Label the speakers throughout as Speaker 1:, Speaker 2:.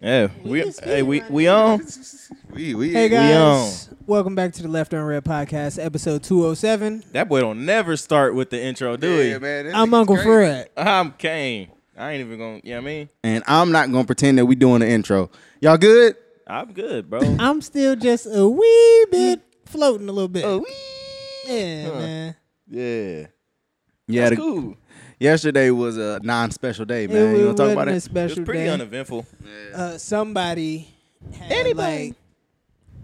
Speaker 1: Yeah, we
Speaker 2: can speed
Speaker 1: hey we
Speaker 2: run
Speaker 1: we on.
Speaker 3: We we
Speaker 2: Hey
Speaker 1: We
Speaker 2: guys, welcome back to the Left on Red podcast, episode 207.
Speaker 1: That boy don't never start with the intro, do he?
Speaker 3: Yeah, man, this
Speaker 2: I'm
Speaker 3: nigga's
Speaker 2: Uncle
Speaker 3: crazy.
Speaker 2: Fred.
Speaker 1: I'm Kane. I ain't even gonna. You know what I mean?
Speaker 3: And I'm not gonna pretend that we doing the intro. Y'all good?
Speaker 1: I'm good, bro.
Speaker 2: I'm still just a wee bit floating a little bit. yeah, man.
Speaker 3: Yeah. Yeah, the-
Speaker 1: cool.
Speaker 3: yesterday was a non-special day,
Speaker 2: It,
Speaker 3: man. you
Speaker 2: wasn't
Speaker 3: want to talk about
Speaker 2: a
Speaker 3: it?
Speaker 1: It's
Speaker 2: special
Speaker 1: pretty
Speaker 2: day.
Speaker 1: uneventful.
Speaker 2: uh, somebody had
Speaker 1: Anybody.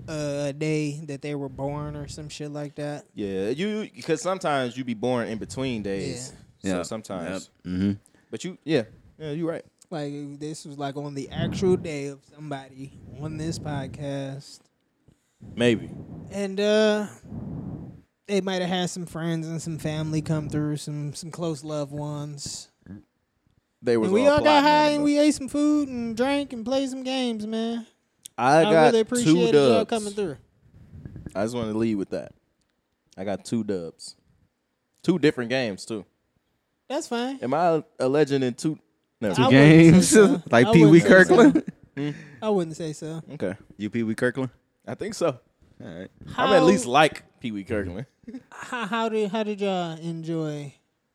Speaker 2: like a day that they were born or some shit like that.
Speaker 1: Yeah, you because sometimes you be born in between days.
Speaker 3: Yeah.
Speaker 1: So
Speaker 3: Yep.
Speaker 1: sometimes,
Speaker 2: Mm-hmm.
Speaker 3: Mhm.
Speaker 1: but you, yeah, yeah, you right.
Speaker 2: Like this was like on the actual day of somebody on this podcast.
Speaker 1: Maybe.
Speaker 2: and uh they might have had some friends and some family come through, some some close loved ones.
Speaker 3: They was
Speaker 2: And we all got
Speaker 3: plotting
Speaker 2: high
Speaker 3: on it,
Speaker 2: and we ate some food and drank and played some games, man.
Speaker 3: though. I
Speaker 2: I,
Speaker 3: got
Speaker 2: really
Speaker 3: two
Speaker 2: appreciated
Speaker 3: dubs.
Speaker 2: y'all coming through.
Speaker 1: I just want to lead with that. I got two dubs, two different games too.
Speaker 2: That's fine.
Speaker 1: Am I a legend in two? No.
Speaker 2: I wouldn't
Speaker 3: Games
Speaker 2: say so.
Speaker 3: like
Speaker 2: I
Speaker 3: Pee
Speaker 2: wouldn't
Speaker 3: Wee
Speaker 2: say so.
Speaker 3: Kirkland.
Speaker 2: I wouldn't say so.
Speaker 1: Okay,
Speaker 3: You Pee Wee Kirkland?
Speaker 1: I think so.
Speaker 3: All right.
Speaker 1: I'm at least like Pee Wee Kirkland.
Speaker 2: How, how did how did y'all enjoy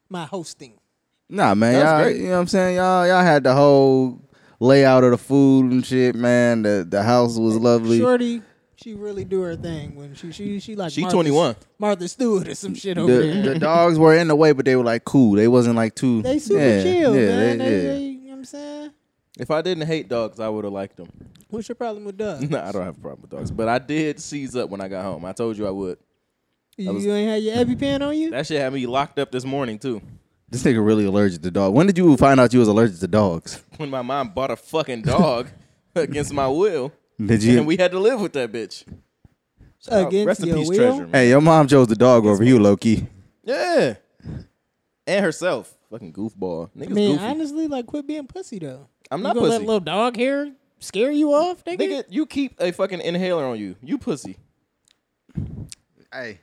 Speaker 2: my hosting?
Speaker 3: Nah, man.
Speaker 1: That was
Speaker 3: Y'all,
Speaker 1: great.
Speaker 3: you know what I'm saying? Y'all y'all had the whole layout of the food and shit, man. The the house was lovely.
Speaker 2: Shorty, she really do her thing when she she she like
Speaker 1: She
Speaker 2: Martha-
Speaker 1: 21.
Speaker 2: Martha Stewart or some shit over
Speaker 3: the,
Speaker 2: there.
Speaker 3: the dogs were in the way, but they were like cool. They wasn't like too.
Speaker 2: they super
Speaker 3: yeah,
Speaker 2: chill,
Speaker 3: yeah,
Speaker 2: man.
Speaker 3: they-
Speaker 2: They-
Speaker 3: yeah.
Speaker 2: they- you know what I'm saying?
Speaker 1: If I didn't hate dogs, I would have liked them.
Speaker 2: What's your problem with Doug?
Speaker 1: No, I don't have a problem with dogs, but I did seize up when I got home. I told you I would.
Speaker 2: You,
Speaker 1: was-
Speaker 2: you ain't had your EpiPen on you?
Speaker 1: That shit had me locked up this morning too.
Speaker 3: This nigga really allergic to dogs. When did you find out you was allergic to dogs?
Speaker 1: When my mom bought a fucking dog against my will,
Speaker 3: Did you?
Speaker 1: and we had to live with that bitch. Shout out-
Speaker 2: Against
Speaker 1: Oh, Uh, rest in
Speaker 2: your
Speaker 1: peace,
Speaker 2: will?
Speaker 1: treasure. Man.
Speaker 3: hey, your mom chose the dog over you, Loki.
Speaker 1: Yeah, and herself, fucking goofball. Niggas
Speaker 2: I mean,
Speaker 1: goofy.
Speaker 2: honestly, like, quit being pussy though.
Speaker 1: I'm
Speaker 2: You
Speaker 1: not
Speaker 2: gonna let
Speaker 1: pussy.
Speaker 2: little dog hair scare you off, nigga.
Speaker 1: Nigga, you keep a fucking inhaler on you. You pussy.
Speaker 3: Hey,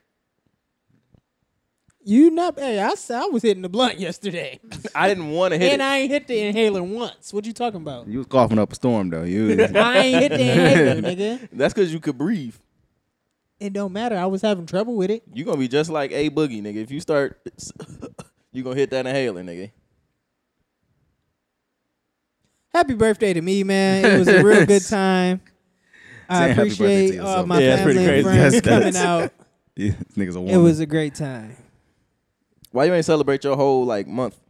Speaker 2: You not? Hey, I, s- I was hitting the blunt yesterday,
Speaker 1: I didn't want to hit
Speaker 2: and
Speaker 1: it.
Speaker 2: I ain't hit the inhaler once. What you talking about?
Speaker 3: you was coughing up a storm though. You
Speaker 2: I ain't hit the inhaler, nigga.
Speaker 1: That's because you could breathe.
Speaker 2: It don't matter. I was having trouble with it.
Speaker 1: you gonna be just like a boogie, nigga. If you start, you gonna hit that inhaler, nigga.
Speaker 2: Happy birthday to me, man. It was a real good time. I
Speaker 3: Saying happy birthday to
Speaker 2: appreciate all
Speaker 3: yourself.
Speaker 2: my
Speaker 1: Yeah, that's
Speaker 2: family
Speaker 1: pretty
Speaker 2: and
Speaker 1: crazy.
Speaker 2: friends
Speaker 3: That's-
Speaker 2: coming
Speaker 3: that's-
Speaker 2: out.
Speaker 3: this nigga's a woman.
Speaker 2: It was a great time.
Speaker 1: Why you ain't celebrate your whole like month?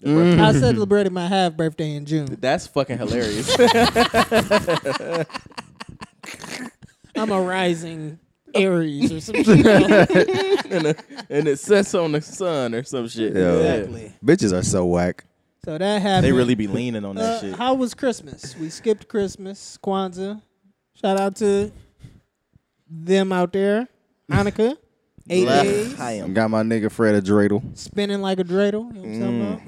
Speaker 2: I celebrated my half birthday in June.
Speaker 1: That's fucking hilarious.
Speaker 2: I'm a rising Aries or something.
Speaker 1: and, it- and it sets on the sun or some shit.
Speaker 3: Yeah.
Speaker 2: exactly.
Speaker 3: Bitches are so whack.
Speaker 2: So that happened.
Speaker 1: They really be leaning on that
Speaker 2: Uh,
Speaker 1: shit.
Speaker 2: How was Christmas? We skipped Christmas, Kwanzaa. Shout out to them out there. Hanukkah, eight
Speaker 1: Left
Speaker 2: days,
Speaker 1: hand.
Speaker 3: Got my nigga Fred a dreidel.
Speaker 2: spinning like a dreidel. You know what I'm
Speaker 1: Mm.
Speaker 2: talking about?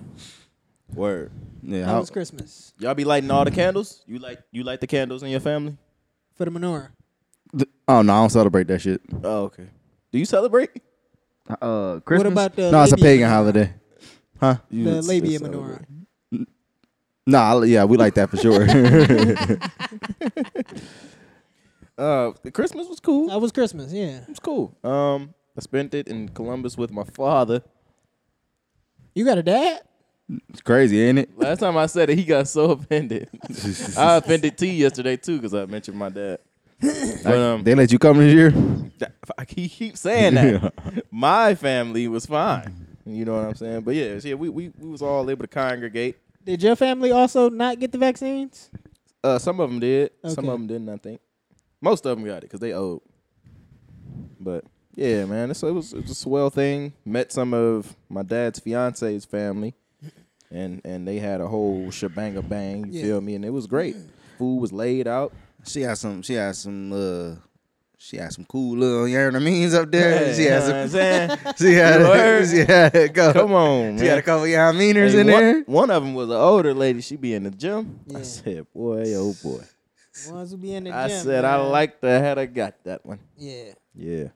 Speaker 1: Word.
Speaker 3: Yeah,
Speaker 2: How
Speaker 3: how-
Speaker 2: was Christmas
Speaker 1: Y'all be lighting all the candles. You light you light the candles in your family.
Speaker 2: for the menorah?
Speaker 3: th- oh no, I don't celebrate that shit.
Speaker 1: Oh, okay. Do you celebrate?
Speaker 3: Uh, Christmas.
Speaker 2: about the
Speaker 3: no? It's a
Speaker 2: labia
Speaker 3: pagan
Speaker 2: menorah?
Speaker 3: holiday. Huh? You
Speaker 2: The
Speaker 3: would-
Speaker 2: labia
Speaker 3: it's-
Speaker 2: menorah.
Speaker 3: Nah, I- yeah, we like that for sure.
Speaker 1: Uh, the Christmas was cool. It
Speaker 2: That was Christmas, yeah.
Speaker 1: was cool. Um, I spent it in Columbus with my father.
Speaker 2: You got a dad?
Speaker 3: it's crazy, ain't it?
Speaker 1: Last time I said it, he got so offended. I offended T yesterday too because I mentioned my dad. But, um,
Speaker 3: They let you come this year?
Speaker 1: That- I keep keep saying that. My family was fine. You know what I'm saying? But yeah, yeah, we, we we was all able to congregate.
Speaker 2: Did your family also not get the vaccines?
Speaker 1: Uh, some of them did. Some
Speaker 2: Okay.
Speaker 1: of them didn't. I think most of them got it because they old. But yeah, man, it's, it was it was a swell thing. Met some of my dad's fiance's family, and and they had a whole shebang a bang. You
Speaker 2: Yeah.
Speaker 1: feel me? And it was great. Food was laid out.
Speaker 3: She has some. She has some. uh She has some cool little. You know what I mean? Up there. she
Speaker 1: You know
Speaker 3: has
Speaker 1: what I'm
Speaker 3: some.
Speaker 1: saying?
Speaker 3: She had.
Speaker 1: Word.
Speaker 3: she had a couple.
Speaker 1: Come on, man.
Speaker 3: She had a couple y'all meaners
Speaker 1: Hey,
Speaker 3: in
Speaker 1: one,
Speaker 3: there.
Speaker 1: one of them was an older lady. She be in the gym.
Speaker 2: Yeah.
Speaker 1: I said, boy, oh boy.
Speaker 2: Ones who be in the
Speaker 1: I
Speaker 2: gym,
Speaker 1: said, I
Speaker 2: man.
Speaker 1: like the head I got that one.
Speaker 2: Yeah.
Speaker 1: Yeah.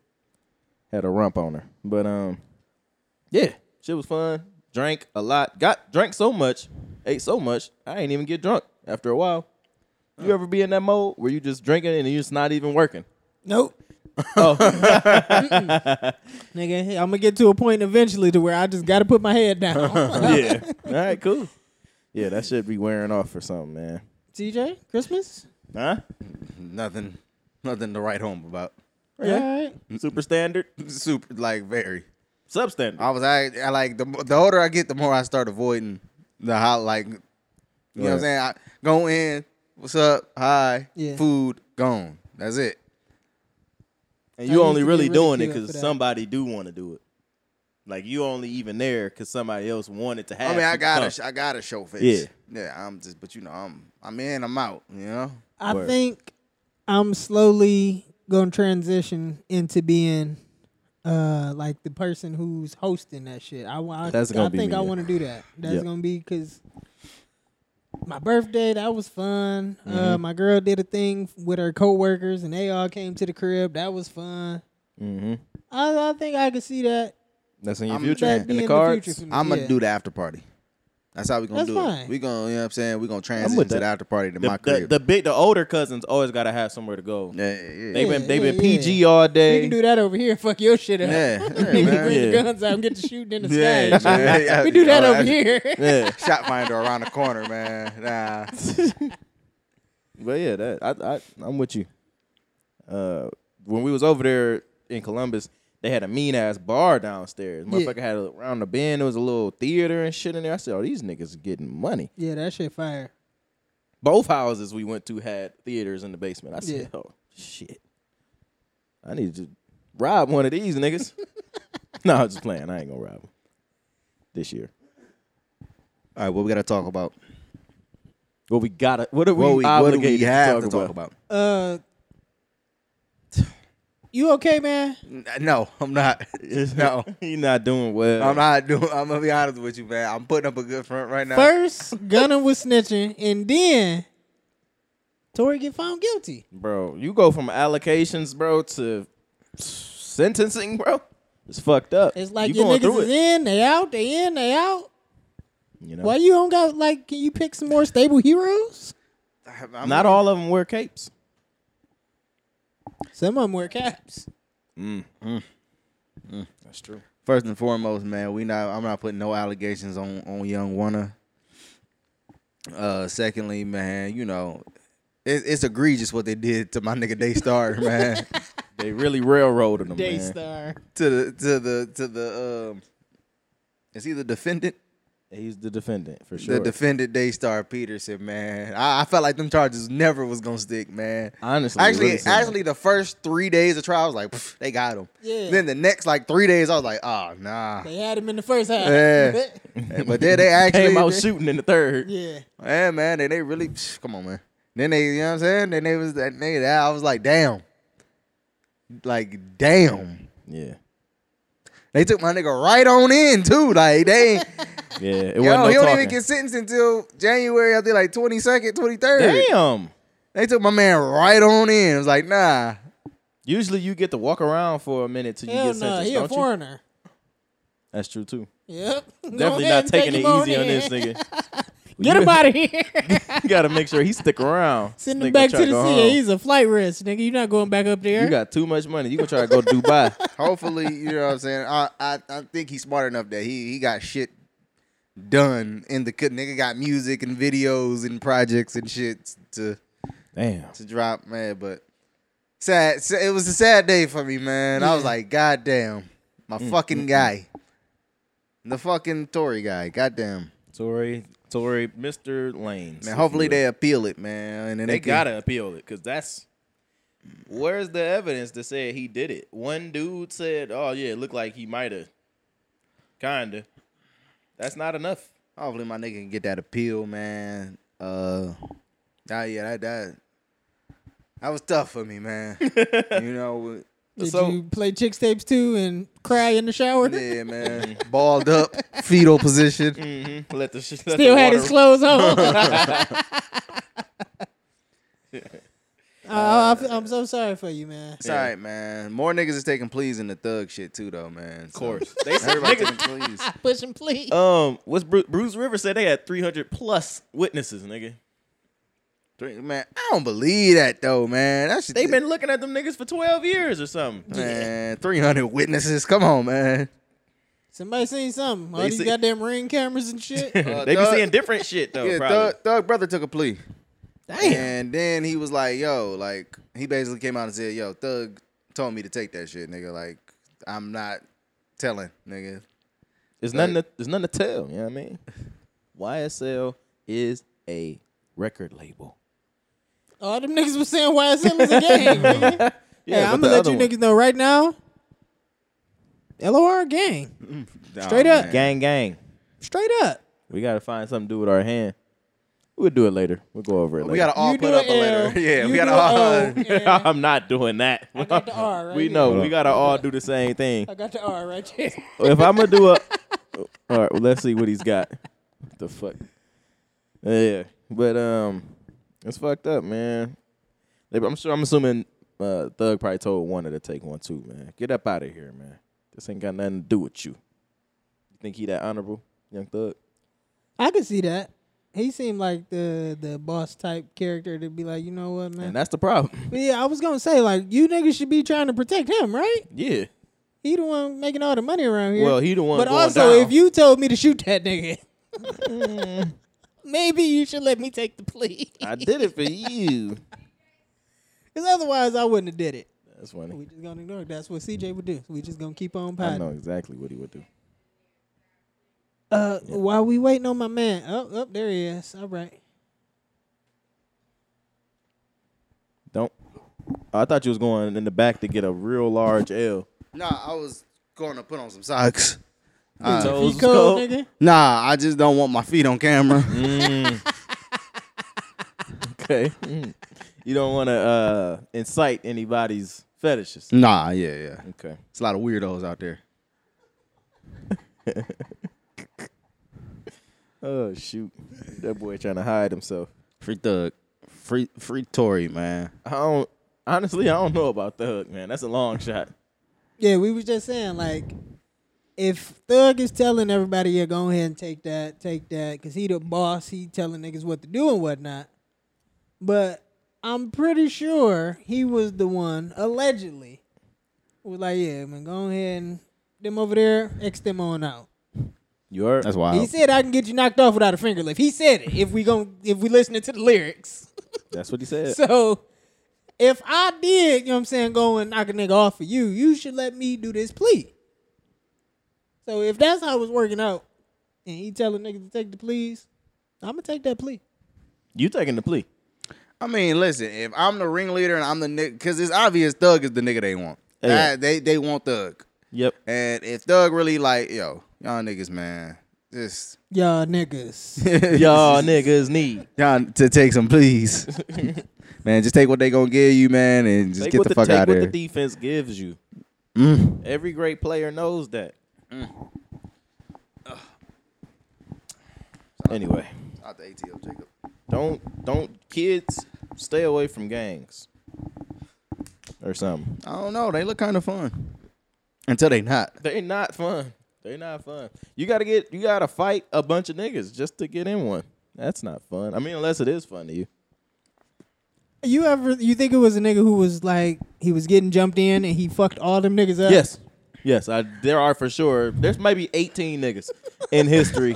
Speaker 1: Had a rump on her. But um, yeah, shit was fun. Drank a lot. Got drank so much, ate so much, I ain't even get drunk after a while. You ever be in that mode where you just drinking and you just not even working?
Speaker 2: Nope. Oh. Nigga, I'm gonna get to a point eventually to where I just gotta put my head down.
Speaker 1: Yeah. All right, cool. Yeah, that should be wearing off or something, man.
Speaker 2: TJ, Christmas?
Speaker 1: Huh?
Speaker 3: Nothing, nothing to write home about.
Speaker 2: Yeah. All right.
Speaker 1: Super standard,
Speaker 3: Super, like very.
Speaker 1: substandard.
Speaker 3: I was I, I like the the older I get, the more I start avoiding the hot like. You know what I'm
Speaker 1: Right.
Speaker 3: saying? I go in. What's up? Hi.
Speaker 2: Yeah.
Speaker 3: Food gone. That's it.
Speaker 1: And
Speaker 2: I
Speaker 1: you
Speaker 2: used
Speaker 1: only
Speaker 2: to be
Speaker 1: really,
Speaker 2: really
Speaker 1: doing it
Speaker 2: cute for
Speaker 1: because
Speaker 2: that.
Speaker 1: somebody do want to do it. Like you only even there because somebody else wanted to have.
Speaker 3: I mean, I
Speaker 1: you
Speaker 3: gotta,
Speaker 1: come.
Speaker 3: sh- I gotta show face.
Speaker 1: Yeah.
Speaker 3: Yeah. I'm just, but you know, I'm, I'm in, I'm out. You know.
Speaker 2: I
Speaker 1: Word.
Speaker 2: think I'm slowly gonna transition into being uh like the person who's hosting that shit. I, wa- I,
Speaker 1: That's
Speaker 2: I
Speaker 1: gonna be
Speaker 2: think
Speaker 1: me,
Speaker 2: I
Speaker 1: yeah.
Speaker 2: wanna do that. That's
Speaker 1: Yep.
Speaker 2: gonna be cause my birthday, that was fun. Uh,
Speaker 1: Mm-hmm.
Speaker 2: my girl did a thing with her coworkers and they all came to the crib. That was fun. Mm-hmm. I, I think I could see that
Speaker 1: That's in your
Speaker 3: I'm-
Speaker 1: future,
Speaker 3: that
Speaker 2: be
Speaker 1: in the
Speaker 2: in the
Speaker 1: cards.
Speaker 2: future for me.
Speaker 3: I'm gonna
Speaker 2: Yeah.
Speaker 3: do the after party. That's how we gonna
Speaker 2: That's
Speaker 3: do
Speaker 2: fine.
Speaker 3: it. We gonna, you know what I'm saying? We gonna transition
Speaker 1: with
Speaker 3: to
Speaker 1: that.
Speaker 3: the after party to
Speaker 1: the,
Speaker 3: my
Speaker 1: the,
Speaker 3: crib.
Speaker 1: the big, the older cousins always gotta have somewhere to go.
Speaker 3: yeah, yeah,
Speaker 1: They've
Speaker 3: yeah.
Speaker 1: been, they've
Speaker 2: yeah,
Speaker 1: been
Speaker 2: yeah.
Speaker 1: PG all day.
Speaker 2: You can do that over here and fuck your shit up.
Speaker 3: Yeah, yeah,
Speaker 2: Nigga,
Speaker 3: man.
Speaker 2: bring
Speaker 1: Yeah.
Speaker 2: the guns out and get to shooting in the sky.
Speaker 3: Yeah,
Speaker 2: and shit.
Speaker 3: yeah, yeah.
Speaker 2: We do that
Speaker 3: Oh,
Speaker 2: over
Speaker 3: that's-
Speaker 2: here.
Speaker 1: yeah,
Speaker 3: Shot finder around the corner, man. Nah.
Speaker 1: but yeah, that I, I I'm with you. Uh, when we was over there in Columbus, they had a mean ass bar downstairs. Motherfucker had a, around the bend. There was a little theater and shit in there. I said, "Oh, these niggas getting money."
Speaker 2: Yeah, that shit fire.
Speaker 1: both houses we went to had theaters in the basement. I said,
Speaker 2: Yeah.
Speaker 1: "Oh shit, I need to rob one of these niggas." no, I'm just playing. I ain't gonna rob them this year.
Speaker 3: All right, what we gotta talk about?
Speaker 1: What we gotta? What are we,
Speaker 3: What we, what do
Speaker 1: obligated
Speaker 3: we have
Speaker 1: to talk about?
Speaker 2: Uh, you okay, man?
Speaker 3: N- No, I'm not. no,
Speaker 1: You're not doing well.
Speaker 3: I'm not doing. I'm gonna be honest with you, man. I'm putting up a good front right now.
Speaker 2: First, Gunner was snitching, and then Tori get found guilty.
Speaker 1: bro. You go from allocations, bro, to sentencing, bro. It's fucked up.
Speaker 2: It's like
Speaker 1: you
Speaker 2: your
Speaker 1: going
Speaker 2: niggas
Speaker 1: through
Speaker 2: is
Speaker 1: it.
Speaker 2: in, they out, they in, they out.
Speaker 1: You know,
Speaker 2: Why you don't got like? Can you pick some more stable heroes?
Speaker 3: I'm
Speaker 1: not all of them wear capes.
Speaker 2: Some of them wear caps.
Speaker 1: That's true.
Speaker 3: First and foremost, man, we not. I'm not putting no allegations on on young Wanna. Uh, secondly, man, you know, it, it's egregious what they did to my nigga Daystar, man.
Speaker 1: They really railroaded them, man.
Speaker 2: Daystar.
Speaker 3: to the to the to the um, is he the defendant?
Speaker 1: He's the defendant for sure.
Speaker 3: The defendant Daystar Peterson, man. I, I felt like them charges never was gonna stick, man.
Speaker 1: Honestly, it
Speaker 3: actually,
Speaker 1: really seemed like-
Speaker 3: actually, the first three days of trial, I was like, "Pff, they got him.
Speaker 2: Yeah.
Speaker 3: Then the next like three days, I was like, oh nah.
Speaker 2: They had him in the first half.
Speaker 3: Yeah. but then they actually
Speaker 1: came out
Speaker 3: they-
Speaker 1: shooting in the third.
Speaker 2: yeah.
Speaker 3: Yeah, man. They they really psh, come on, man. Then they, you know what I'm saying? Then they was that nigga. I was like, damn. Like, damn.
Speaker 1: Yeah.
Speaker 3: They took my nigga right on in too. Like they ain't
Speaker 1: Yeah. It
Speaker 3: yo,
Speaker 1: wasn't no
Speaker 3: he don't
Speaker 1: talking.
Speaker 3: even get sentenced until January, I think like twenty second, twenty third.
Speaker 1: Damn.
Speaker 3: They took my man right on in. It was like, nah.
Speaker 1: Usually you get to walk around for a minute till you
Speaker 2: Hell
Speaker 1: get
Speaker 2: no,
Speaker 1: sentenced,
Speaker 2: he a
Speaker 1: don't you?
Speaker 2: foreigner.
Speaker 1: That's true too.
Speaker 2: Yep. Go
Speaker 1: Definitely
Speaker 2: ahead
Speaker 1: not
Speaker 2: and
Speaker 1: taking it
Speaker 2: take
Speaker 1: easy
Speaker 2: him
Speaker 1: on
Speaker 2: in.
Speaker 1: this nigga.
Speaker 2: Get him out of here.
Speaker 1: You gotta make sure he stick around.
Speaker 2: Send
Speaker 1: This
Speaker 2: him
Speaker 1: nigga
Speaker 2: back
Speaker 1: try
Speaker 2: to the
Speaker 1: go
Speaker 2: sea.
Speaker 1: home.
Speaker 2: He's a flight risk, nigga. You're not going back up there.
Speaker 1: You got too much money. You gonna try to go to Dubai?
Speaker 3: Hopefully, you know what I'm saying. I, I I think he's smart enough that he he got shit done in the nigga got music and videos and projects and shit to
Speaker 1: Damn.
Speaker 3: to drop, man. But sad, sa- it was a sad day for me, man. I was
Speaker 2: Yeah.
Speaker 3: like, God damn, my
Speaker 1: Mm,
Speaker 3: fucking guy, the fucking Tory guy. God damn,
Speaker 1: Tory, Tory, Mr. Lanes.
Speaker 3: man. Hopefully they appeal it, man. And then
Speaker 1: they
Speaker 3: can-
Speaker 1: gotta appeal it because that's where's the evidence that said he did it. One dude said, "Oh yeah, it looked like he might have." Kinda. That's not enough.
Speaker 3: Hopefully my nigga can get that appeal, man. Uh, ah, yeah, that that that was tough for me, man. you know,
Speaker 2: Did
Speaker 1: So-
Speaker 2: you play chicks tapes too and cry in the shower?
Speaker 3: yeah, man. Balled up, fetal position.
Speaker 1: Mm-hmm. Let the sh- let
Speaker 2: Still
Speaker 1: the
Speaker 2: had
Speaker 1: water-
Speaker 2: his clothes on. Uh, I- I'm so sorry for you, man.
Speaker 3: It's all right, man. More niggas is taking pleas in the thug shit too, though, man.
Speaker 1: Of course, they said
Speaker 3: Everybody
Speaker 1: niggas-
Speaker 3: taking pleas.
Speaker 2: Push him, please.
Speaker 1: Uh, Um, what's Bruce, Bruce Rivers said? They had three hundred plus witnesses, nigga.
Speaker 3: Three, man, I don't believe that though, man. That shit,
Speaker 1: They've been looking at them niggas for twelve years or something.
Speaker 3: man. Three hundred witnesses. Come on, man.
Speaker 2: Somebody seen something. All
Speaker 1: They
Speaker 2: these
Speaker 1: see-
Speaker 2: goddamn ring cameras and shit.
Speaker 3: Uh,
Speaker 1: they be
Speaker 3: Thug-
Speaker 1: seeing different shit though.
Speaker 3: yeah,
Speaker 1: probably.
Speaker 3: Thug, Thug brother took a plea,
Speaker 2: Damn.
Speaker 3: and then he was like, "Yo, like he basically came out and said, yo, Thug told me to take that shit, nigga. Like I'm not telling, nigga.
Speaker 1: There's nothing. To, there's nothing to tell. You know what I mean? YSL is a record label.
Speaker 2: All them niggas was saying YSL is a gang. nigga. hey, I'm
Speaker 1: but the
Speaker 2: gonna let you
Speaker 1: other one-
Speaker 2: niggas know right now. LOR gang. Straight up.
Speaker 3: man.
Speaker 1: Gang, gang.
Speaker 2: Straight up.
Speaker 1: We gotta find something to do with our hand. We'll do it later. We'll go over it
Speaker 3: We
Speaker 1: later.
Speaker 3: gotta all
Speaker 2: you
Speaker 3: put
Speaker 2: do
Speaker 3: up a
Speaker 2: an L,
Speaker 3: letter. Yeah,
Speaker 2: you
Speaker 3: we gotta
Speaker 2: do an
Speaker 3: all.
Speaker 2: O, and
Speaker 1: I'm not doing that.
Speaker 2: I got the R right
Speaker 1: we
Speaker 2: here.
Speaker 1: know we gotta all do the same thing.
Speaker 2: I got the R right here.
Speaker 1: if I'm gonna do a, all right, well, let's see what he's got. What the fuck? Uh, Yeah, but um, it's fucked up, man. They- I'm sure. I'm assuming uh, Thug probably told Warner to take one too, man. Get up out of here, man. This ain't got nothing to do with you. You think he that honorable, young Thug?
Speaker 2: I can see that. He seemed like the the boss type character to be like, you know what, man.
Speaker 1: And that's the problem.
Speaker 2: But yeah, I was gonna say like you niggas should be trying to protect him, right?
Speaker 1: yeah.
Speaker 2: He the one making all the money around here.
Speaker 1: Well, he the one.
Speaker 2: but
Speaker 1: going
Speaker 2: also,
Speaker 1: down.
Speaker 2: if you told me to shoot that nigga, maybe you should let me take the plea.
Speaker 1: I did it for you.
Speaker 2: Because otherwise, I wouldn't have did it.
Speaker 1: That's funny.
Speaker 2: We just gonna ignore it. That's what CJ would do. We just gonna keep on
Speaker 1: I
Speaker 2: potting.
Speaker 1: know exactly what he would do.
Speaker 2: Uh, while we waiting on my man. Oh, oh, there he is. All right.
Speaker 1: Don't. I thought you was going in the back to get a real large L.
Speaker 3: Nah, I was going to put on some socks.
Speaker 1: Toes
Speaker 2: He
Speaker 1: was
Speaker 2: cold,
Speaker 1: cold.
Speaker 2: nigga.
Speaker 3: Nah, I just don't want my feet on camera.
Speaker 1: Okay. Mm. You don't want to uh, incite anybody's fetishes.
Speaker 3: nah, yeah, yeah.
Speaker 1: Okay.
Speaker 3: It's a lot of weirdos out there.
Speaker 1: Oh shoot, that boy trying to hide himself.
Speaker 3: Free Thug, free free Tory, man.
Speaker 1: I don't. Honestly, I don't know about Thug, man. That's a long shot.
Speaker 2: Yeah, we was just saying like, if Thug is telling everybody, yeah, go ahead and take that, take that, because he the boss. He telling niggas what to do and whatnot. But I'm pretty sure he was the one allegedly who was like, yeah, man, go ahead and them over there, X them on out.
Speaker 1: You heard?
Speaker 3: That's
Speaker 2: He
Speaker 3: wild.
Speaker 2: said I can get you knocked off without a finger lift. He said it. If we gon' if we listening to the lyrics.
Speaker 1: That's what he said.
Speaker 2: So if I did, you know what I'm saying, go and knock a nigga off for you, you should let me do this plea. So if that's how it's working out, and he telling niggas to take the pleas, I'm gonna take that plea.
Speaker 1: you taking the plea?
Speaker 3: I mean, listen, if I'm the ringleader and I'm the nigga, because it's obvious Thug is the nigga they want.
Speaker 1: Yeah.
Speaker 3: That- they they want Thug,
Speaker 1: Yep.
Speaker 3: and if Thug really like yo, y'all niggas, man, just
Speaker 2: Y'all niggas.
Speaker 1: Y'all niggas need
Speaker 3: y'all to take some, please, man. Just take what they gonna give you, man, and just
Speaker 1: take
Speaker 3: get
Speaker 1: what
Speaker 3: the, fuck
Speaker 1: take
Speaker 3: out of
Speaker 1: what
Speaker 3: here.
Speaker 1: the defense gives you. Every great player knows that. Mm. Anyway,
Speaker 3: Out the ATL, Jacob.
Speaker 1: don't don't kids stay away from gangs or something.
Speaker 3: I don't know. They look kind of fun until they not.
Speaker 1: They not fun. They not fun. You gotta get you gotta fight a bunch of niggas just to get in one. That's not fun. I mean, unless it is fun to you.
Speaker 2: you ever you think it was a nigga who was like he was getting jumped in and he fucked all them niggas up?
Speaker 1: Yes, yes. I there are for sure. There's maybe 18 niggas in history.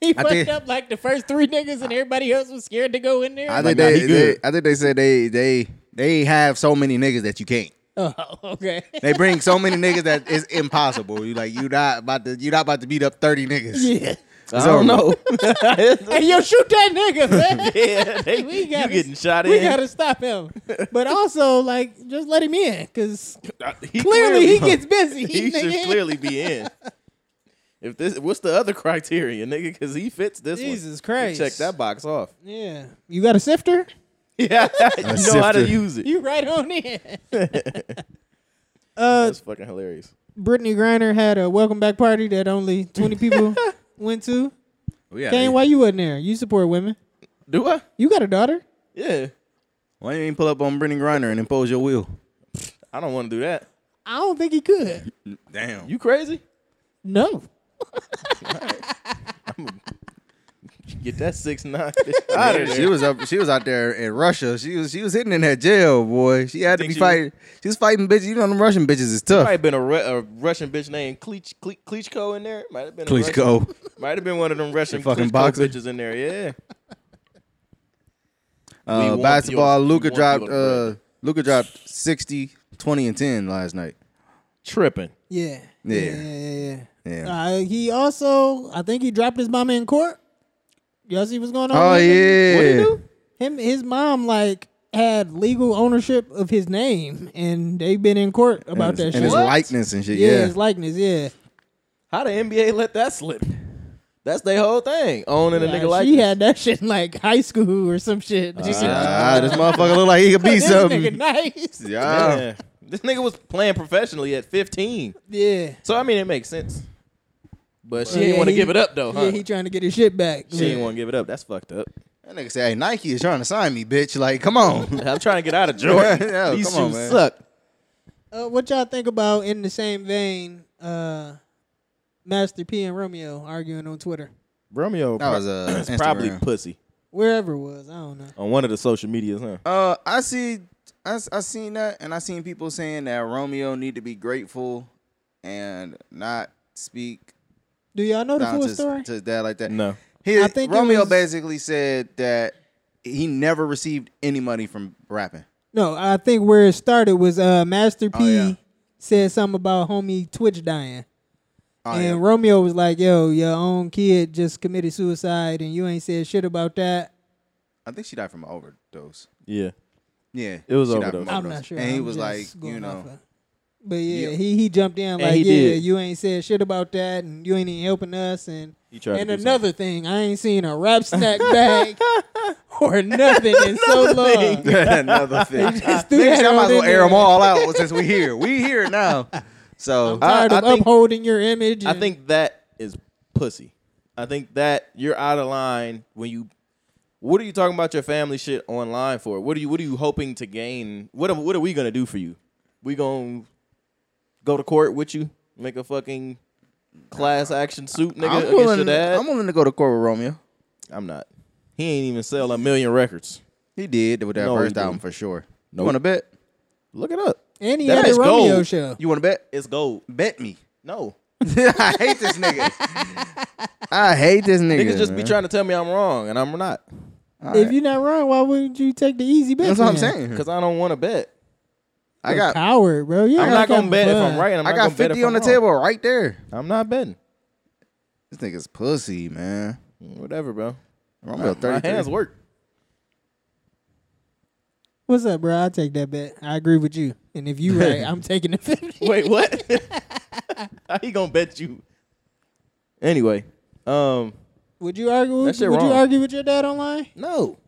Speaker 2: He fucked
Speaker 3: think-
Speaker 2: up like the first three niggas and everybody else was scared to go in there.
Speaker 3: I think
Speaker 1: nah,
Speaker 3: they,
Speaker 1: he good.
Speaker 3: they- I think they said they they they have so many niggas that you can't.
Speaker 2: oh, okay.
Speaker 3: They bring so many niggas that it's impossible. You like you not about to you not about to beat up thirty niggas.
Speaker 2: yeah.
Speaker 1: I don't know.
Speaker 2: Hey, yo, shoot that nigga, man.
Speaker 1: yeah, they,
Speaker 2: We
Speaker 1: you
Speaker 2: gotta-
Speaker 1: getting shot
Speaker 2: we
Speaker 1: in.
Speaker 2: gotta stop him. But also, like, just let him in, cause
Speaker 1: Uh, He
Speaker 2: clearly he gets busy.
Speaker 1: he should
Speaker 2: nigga.
Speaker 1: clearly be in. If this, what's the other criteria, nigga? Because he fits this one.
Speaker 2: Jesus Christ.
Speaker 1: Check that box off.
Speaker 2: Yeah, you got a sifter?
Speaker 1: Yeah, you know how to
Speaker 3: sifter.
Speaker 1: use it.
Speaker 2: You right on in. uh,
Speaker 1: That's fucking hilarious.
Speaker 2: Brittany Griner had a welcome back party that only twenty people went to.
Speaker 3: We gotta-
Speaker 2: Kane, why you wasn't there? You support women.
Speaker 1: Do I?
Speaker 2: You got a daughter.
Speaker 1: Yeah.
Speaker 3: why you ain't pull up on Brendan Griner and impose your will?
Speaker 1: I don't want to do that.
Speaker 2: I don't think he could.
Speaker 3: Damn.
Speaker 1: You crazy?
Speaker 2: No.
Speaker 1: Get that six nine out
Speaker 3: Yeah,
Speaker 1: of
Speaker 3: she
Speaker 1: there.
Speaker 3: was up. She was out there in Russia. She was she was hitting in that jail, boy. She had to
Speaker 1: Think
Speaker 3: be
Speaker 1: she
Speaker 3: fighting. She was fighting bitches. You know them Russian bitches is
Speaker 1: Might
Speaker 3: tough.
Speaker 1: have been a, Ru- a Russian bitch named Klich, Klich, Klichko in there. Might have been a Russian-
Speaker 3: Klitschko.
Speaker 1: Might have been one of them Russian
Speaker 3: The fucking
Speaker 1: Klitschko
Speaker 3: boxer.
Speaker 1: bitches in there. Yeah. We
Speaker 3: Uh,
Speaker 1: want
Speaker 3: basketball.
Speaker 1: your-
Speaker 3: Luca
Speaker 1: we want
Speaker 3: dropped.
Speaker 1: your
Speaker 3: Uh, Luca dropped 60, 20, and ten last night.
Speaker 1: Tripping.
Speaker 2: Yeah.
Speaker 3: Yeah.
Speaker 2: Yeah. Yeah. yeah, yeah.
Speaker 3: Yeah.
Speaker 2: Uh, he also, I think he dropped his mama in court. Y'all see what's going on?
Speaker 3: Oh
Speaker 2: with him?
Speaker 3: yeah.
Speaker 1: What'd he do?
Speaker 2: Him, his mom, like, had legal ownership of his name, and they've been in court about
Speaker 3: and,
Speaker 2: that
Speaker 3: his-
Speaker 2: shit.
Speaker 3: and his
Speaker 1: What?
Speaker 3: likeness and shit.
Speaker 2: yeah,
Speaker 3: Yeah.
Speaker 2: his likeness. Yeah.
Speaker 1: How the NBA let that slip? That's their whole thing. Owning a
Speaker 2: Like,
Speaker 1: nigga like
Speaker 2: she
Speaker 1: this.
Speaker 2: had that shit in like high school or some shit. She said,
Speaker 3: Ah, this motherfucker look like he could be
Speaker 2: this nigga
Speaker 3: something.
Speaker 2: nice.
Speaker 3: Yeah.
Speaker 1: Yeah. This nigga was playing professionally at 15.
Speaker 2: Yeah.
Speaker 1: So I mean it makes sense. But she
Speaker 2: Yeah,
Speaker 1: didn't want to
Speaker 2: he-
Speaker 1: give it up though, huh?
Speaker 2: Yeah, he trying to get his shit back.
Speaker 1: she didn't want to give it up. That's fucked up.
Speaker 3: That nigga say, "Hey, Nike is trying to sign me, bitch. Like, come on."
Speaker 1: I'm trying to get out of Jordan.
Speaker 3: Yeah,
Speaker 1: These
Speaker 3: come on,
Speaker 1: shoes
Speaker 3: man.
Speaker 1: suck.
Speaker 2: Uh, what y'all think about in the same vein? Uh, Master P and Romeo arguing on Twitter,
Speaker 1: Romeo
Speaker 3: That was, uh,
Speaker 1: is probably
Speaker 3: Instagram.
Speaker 1: pussy
Speaker 2: wherever it was. I don't know.
Speaker 1: on one of the social medias, huh?
Speaker 3: Uh, I see, I, s- I seen that, and I seen people saying that Romeo need to be grateful and not speak
Speaker 2: Do y'all know the
Speaker 3: down
Speaker 2: full
Speaker 3: to,
Speaker 2: story?
Speaker 3: his- to his dad like that.
Speaker 1: No.
Speaker 3: he,
Speaker 2: I think it
Speaker 3: Romeo
Speaker 2: was-
Speaker 3: basically said that he never received any money from rapping.
Speaker 2: no, I think where it started was uh, Master P
Speaker 3: Oh, yeah.
Speaker 2: said something about homie Twitch dying,
Speaker 3: Oh,
Speaker 2: and
Speaker 3: yeah.
Speaker 2: Romeo was like, "Yo, your own kid just committed suicide, and you ain't said shit about that."
Speaker 3: I think she died from an overdose.
Speaker 1: Yeah.
Speaker 3: Yeah,
Speaker 1: It was
Speaker 3: she died
Speaker 1: overdose.
Speaker 3: from
Speaker 1: I'm
Speaker 2: I'm not sure.
Speaker 3: And he
Speaker 2: I'm
Speaker 3: was
Speaker 2: just
Speaker 3: like,
Speaker 2: going
Speaker 3: you
Speaker 2: off
Speaker 3: know,
Speaker 2: of- But yeah,
Speaker 3: Yeah.
Speaker 2: he he jumped in like,
Speaker 1: he
Speaker 2: yeah,
Speaker 1: did.
Speaker 2: you ain't said shit about that, and you ain't even helping us, and
Speaker 1: He tried to
Speaker 2: and
Speaker 1: do something.
Speaker 2: another thing, I ain't seen a rap snack bag or nothing in so long.
Speaker 3: another thing.
Speaker 2: just threw
Speaker 3: Next
Speaker 2: that
Speaker 3: time I
Speaker 2: on
Speaker 3: might as well
Speaker 2: in
Speaker 3: air them
Speaker 2: there.
Speaker 3: all out since we here. We here now. So
Speaker 1: I-
Speaker 2: Tired
Speaker 1: I
Speaker 2: of
Speaker 1: think-
Speaker 2: upholding your image.
Speaker 1: I
Speaker 2: and-
Speaker 1: think that is pussy. I think that you're out of line when you. What are you talking about your family shit online for? What are you What are you hoping to gain? What am, What are we gonna do for you? We gonna go to court with you? Make a fucking class action suit, nigga,
Speaker 3: I'm
Speaker 1: against your
Speaker 3: willing,
Speaker 1: dad?
Speaker 3: I'm willing to go to court with Romeo.
Speaker 1: I'm not. He ain't even sell a million records.
Speaker 3: He did with that
Speaker 1: No, he
Speaker 3: first
Speaker 1: didn't.
Speaker 3: album for sure.
Speaker 1: Nope.
Speaker 3: You want to bet?
Speaker 1: Look it up.
Speaker 2: and he
Speaker 1: that
Speaker 2: had a
Speaker 1: is
Speaker 2: Romeo
Speaker 1: gold.
Speaker 2: show.
Speaker 3: You want to bet?
Speaker 1: It's gold.
Speaker 3: Bet me.
Speaker 1: No,
Speaker 3: I hate this nigga. I hate this nigga.
Speaker 1: niggas just be
Speaker 3: man.
Speaker 1: trying to tell me I'm wrong, and I'm not
Speaker 3: All
Speaker 2: If
Speaker 3: right.
Speaker 2: you're not wrong, why wouldn't you take the easy bet?
Speaker 3: That's what I'm
Speaker 2: then?
Speaker 3: saying.
Speaker 1: because I don't want to bet.
Speaker 3: I
Speaker 2: You're a
Speaker 3: got
Speaker 2: coward, bro. You're
Speaker 1: I'm not gonna bet if I'm right. and I'm
Speaker 3: I
Speaker 1: not
Speaker 3: got
Speaker 1: gonna bet if
Speaker 3: 50 on
Speaker 1: I'm
Speaker 3: the
Speaker 1: wrong.
Speaker 3: table right there.
Speaker 1: I'm not betting.
Speaker 3: This nigga's pussy, man.
Speaker 1: Whatever, bro.
Speaker 3: Romeo,
Speaker 1: My
Speaker 3: 33.
Speaker 1: hands work.
Speaker 2: What's up, bro? I take that bet. I agree with you. And if you right, I'm taking the fifty.
Speaker 1: Wait, what? How he gonna bet you? Anyway, um,
Speaker 2: Would you argue?
Speaker 1: That
Speaker 2: Would
Speaker 1: shit
Speaker 2: you
Speaker 1: wrong.
Speaker 2: argue with your dad online?
Speaker 1: no.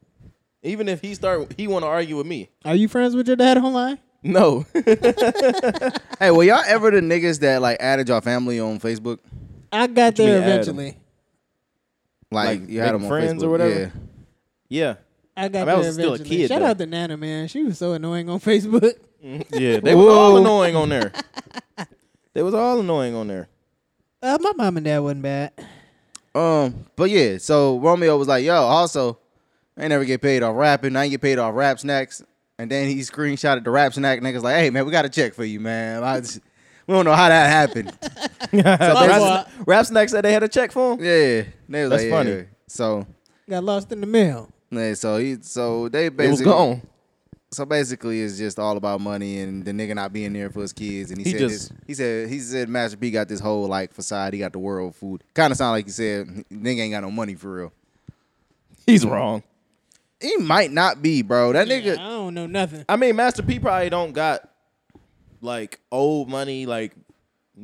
Speaker 1: Even if he start, he want to argue with me.
Speaker 2: Are you friends with your dad online?
Speaker 1: No,
Speaker 3: Hey, were y'all ever the niggas that like added your family on Facebook?
Speaker 2: I got
Speaker 1: you
Speaker 2: there
Speaker 1: mean add 'em?
Speaker 2: eventually.
Speaker 3: Like,
Speaker 1: Like,
Speaker 3: you had
Speaker 1: making
Speaker 3: them on
Speaker 1: friends
Speaker 3: Facebook?
Speaker 1: or whatever?
Speaker 3: Yeah.
Speaker 1: yeah,
Speaker 2: I
Speaker 1: I
Speaker 2: got
Speaker 1: mean, I
Speaker 2: there
Speaker 1: was still a
Speaker 2: eventually.
Speaker 1: kid,
Speaker 2: Shout
Speaker 1: though.
Speaker 2: out to Nana, man. She was so annoying on Facebook.
Speaker 1: yeah. They was all annoying on there. They was all annoying on there.
Speaker 2: Uh, my mom and dad wasn't bad.
Speaker 3: Um, but yeah, so Romeo was like, yo, also, I ain't never get paid off rapping. I ain't get paid off rap snacks. And then he screenshotted the rap snack. Niggas like, hey, man, we got a check for you, man. I just- we don't know how that happened.
Speaker 1: Rap, Rap Snack said they had a check for him.
Speaker 3: Yeah. They was
Speaker 1: That's
Speaker 3: like,
Speaker 1: funny.
Speaker 3: yeah. So,
Speaker 2: Got lost in the mail.
Speaker 3: yeah, so he, so they
Speaker 1: It was
Speaker 3: basically,
Speaker 1: gone.
Speaker 3: so basically, it's just all about money and the nigga not being there for his kids. And he,
Speaker 1: He
Speaker 3: said,
Speaker 1: just-
Speaker 3: this, he said, he said, Master P got this whole like facade. He got the world food. Kind of sound like he said, nigga ain't got no money for real.
Speaker 1: He's wrong.
Speaker 3: He might not be, bro. That
Speaker 2: Yeah, I
Speaker 3: nigga.
Speaker 2: don't know nothing.
Speaker 1: I mean, Master P probably don't got like old money like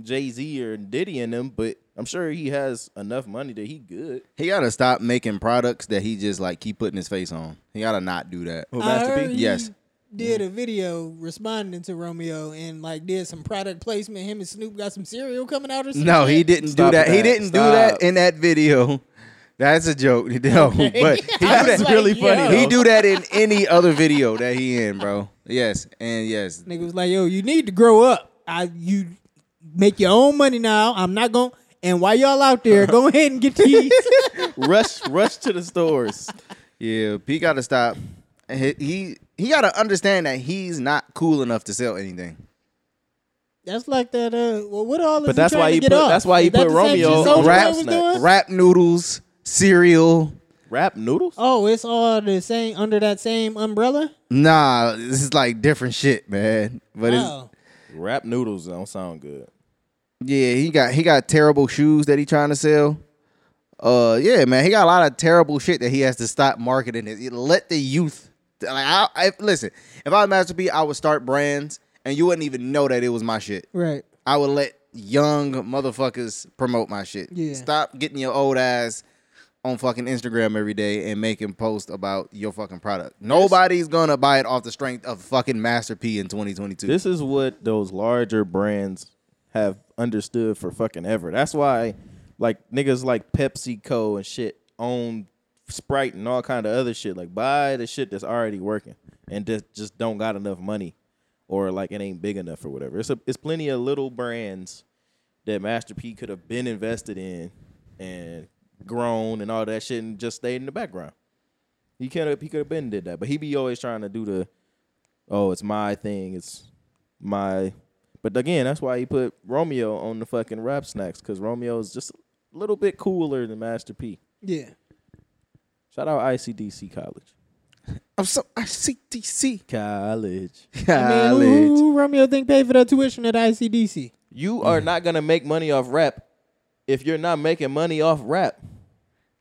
Speaker 1: Jay Z or Diddy in them, but I'm sure he has enough money that he good.
Speaker 3: He gotta stop making products that he just like keep putting his face on. He gotta not do that.
Speaker 1: Who,
Speaker 2: I
Speaker 1: Master P?
Speaker 2: heard he
Speaker 3: Yes.
Speaker 2: did a video responding to Romeo and like did some product placement. Him and Snoop got some cereal coming out or something.
Speaker 3: No, he didn't
Speaker 1: Stop
Speaker 3: do that. He
Speaker 1: that.
Speaker 3: didn't do
Speaker 1: Stop.
Speaker 3: that in that video. That's a joke. No, but he do
Speaker 2: I was
Speaker 3: that.
Speaker 2: like,
Speaker 1: really
Speaker 2: yo.
Speaker 1: funny,
Speaker 3: He do that in any other video that he in, bro. Yes, and yes.
Speaker 2: Nigga was like, "Yo, you need to grow up. I you make your own money now. I'm not going." And while y'all out there, go ahead and get these.
Speaker 1: rush, rush to the stores.
Speaker 3: Yeah, he got to stop. He he, he got to understand that he's not cool enough to sell anything.
Speaker 2: that's like that. Uh, well, what all is
Speaker 1: But that's
Speaker 2: he trying
Speaker 1: why
Speaker 2: to
Speaker 1: he
Speaker 2: get
Speaker 1: put-
Speaker 2: off?
Speaker 1: that's why he
Speaker 2: Is that
Speaker 1: put
Speaker 2: the same shit
Speaker 1: Romeo on
Speaker 2: Soulja Boy
Speaker 3: Rap
Speaker 2: was
Speaker 1: Snap.
Speaker 2: doing?
Speaker 3: Wrap noodles, cereal.
Speaker 1: Wrap noodles.
Speaker 2: Oh, it's all the same under that same umbrella.
Speaker 3: Nah, this is like different shit, man. But it's
Speaker 2: Oh,
Speaker 1: Wrap noodles don't sound good.
Speaker 3: yeah, he got he got terrible shoes that he trying to sell. Uh, yeah, man, he got a lot of terrible shit that he has to stop marketing. It let the youth like I, I listen. If I was Master P, I would start brands, and you wouldn't even know that it was my shit.
Speaker 2: right.
Speaker 3: I would let young motherfuckers promote my shit.
Speaker 2: Yeah.
Speaker 3: Stop getting your old ass on fucking Instagram every day and making posts about your fucking product. Nobody's gonna buy it off the strength of fucking Master P in 2022.
Speaker 1: This is what those larger brands have understood for fucking ever. That's why, like niggas like PepsiCo and shit own Sprite and all kind of other shit. Like buy the shit that's already working and that just don't got enough money, or like it ain't big enough or whatever. It's a, it's plenty of little brands that Master P could have been invested in and grown and all that shit and just stayed in the background. He could have he could have been did that, but he be always trying to do the oh, it's my thing, it's my. But again, that's why he put Romeo on the fucking rap snacks because Romeo is just a little bit cooler than Master P.
Speaker 2: Yeah.
Speaker 1: Shout out ICDC College.
Speaker 3: I'm so I CTC
Speaker 1: College.
Speaker 2: I mean, who- who, who Romeo think paid for that tuition at ICDC?
Speaker 1: You are not gonna make money off rap if you're not making money off rap,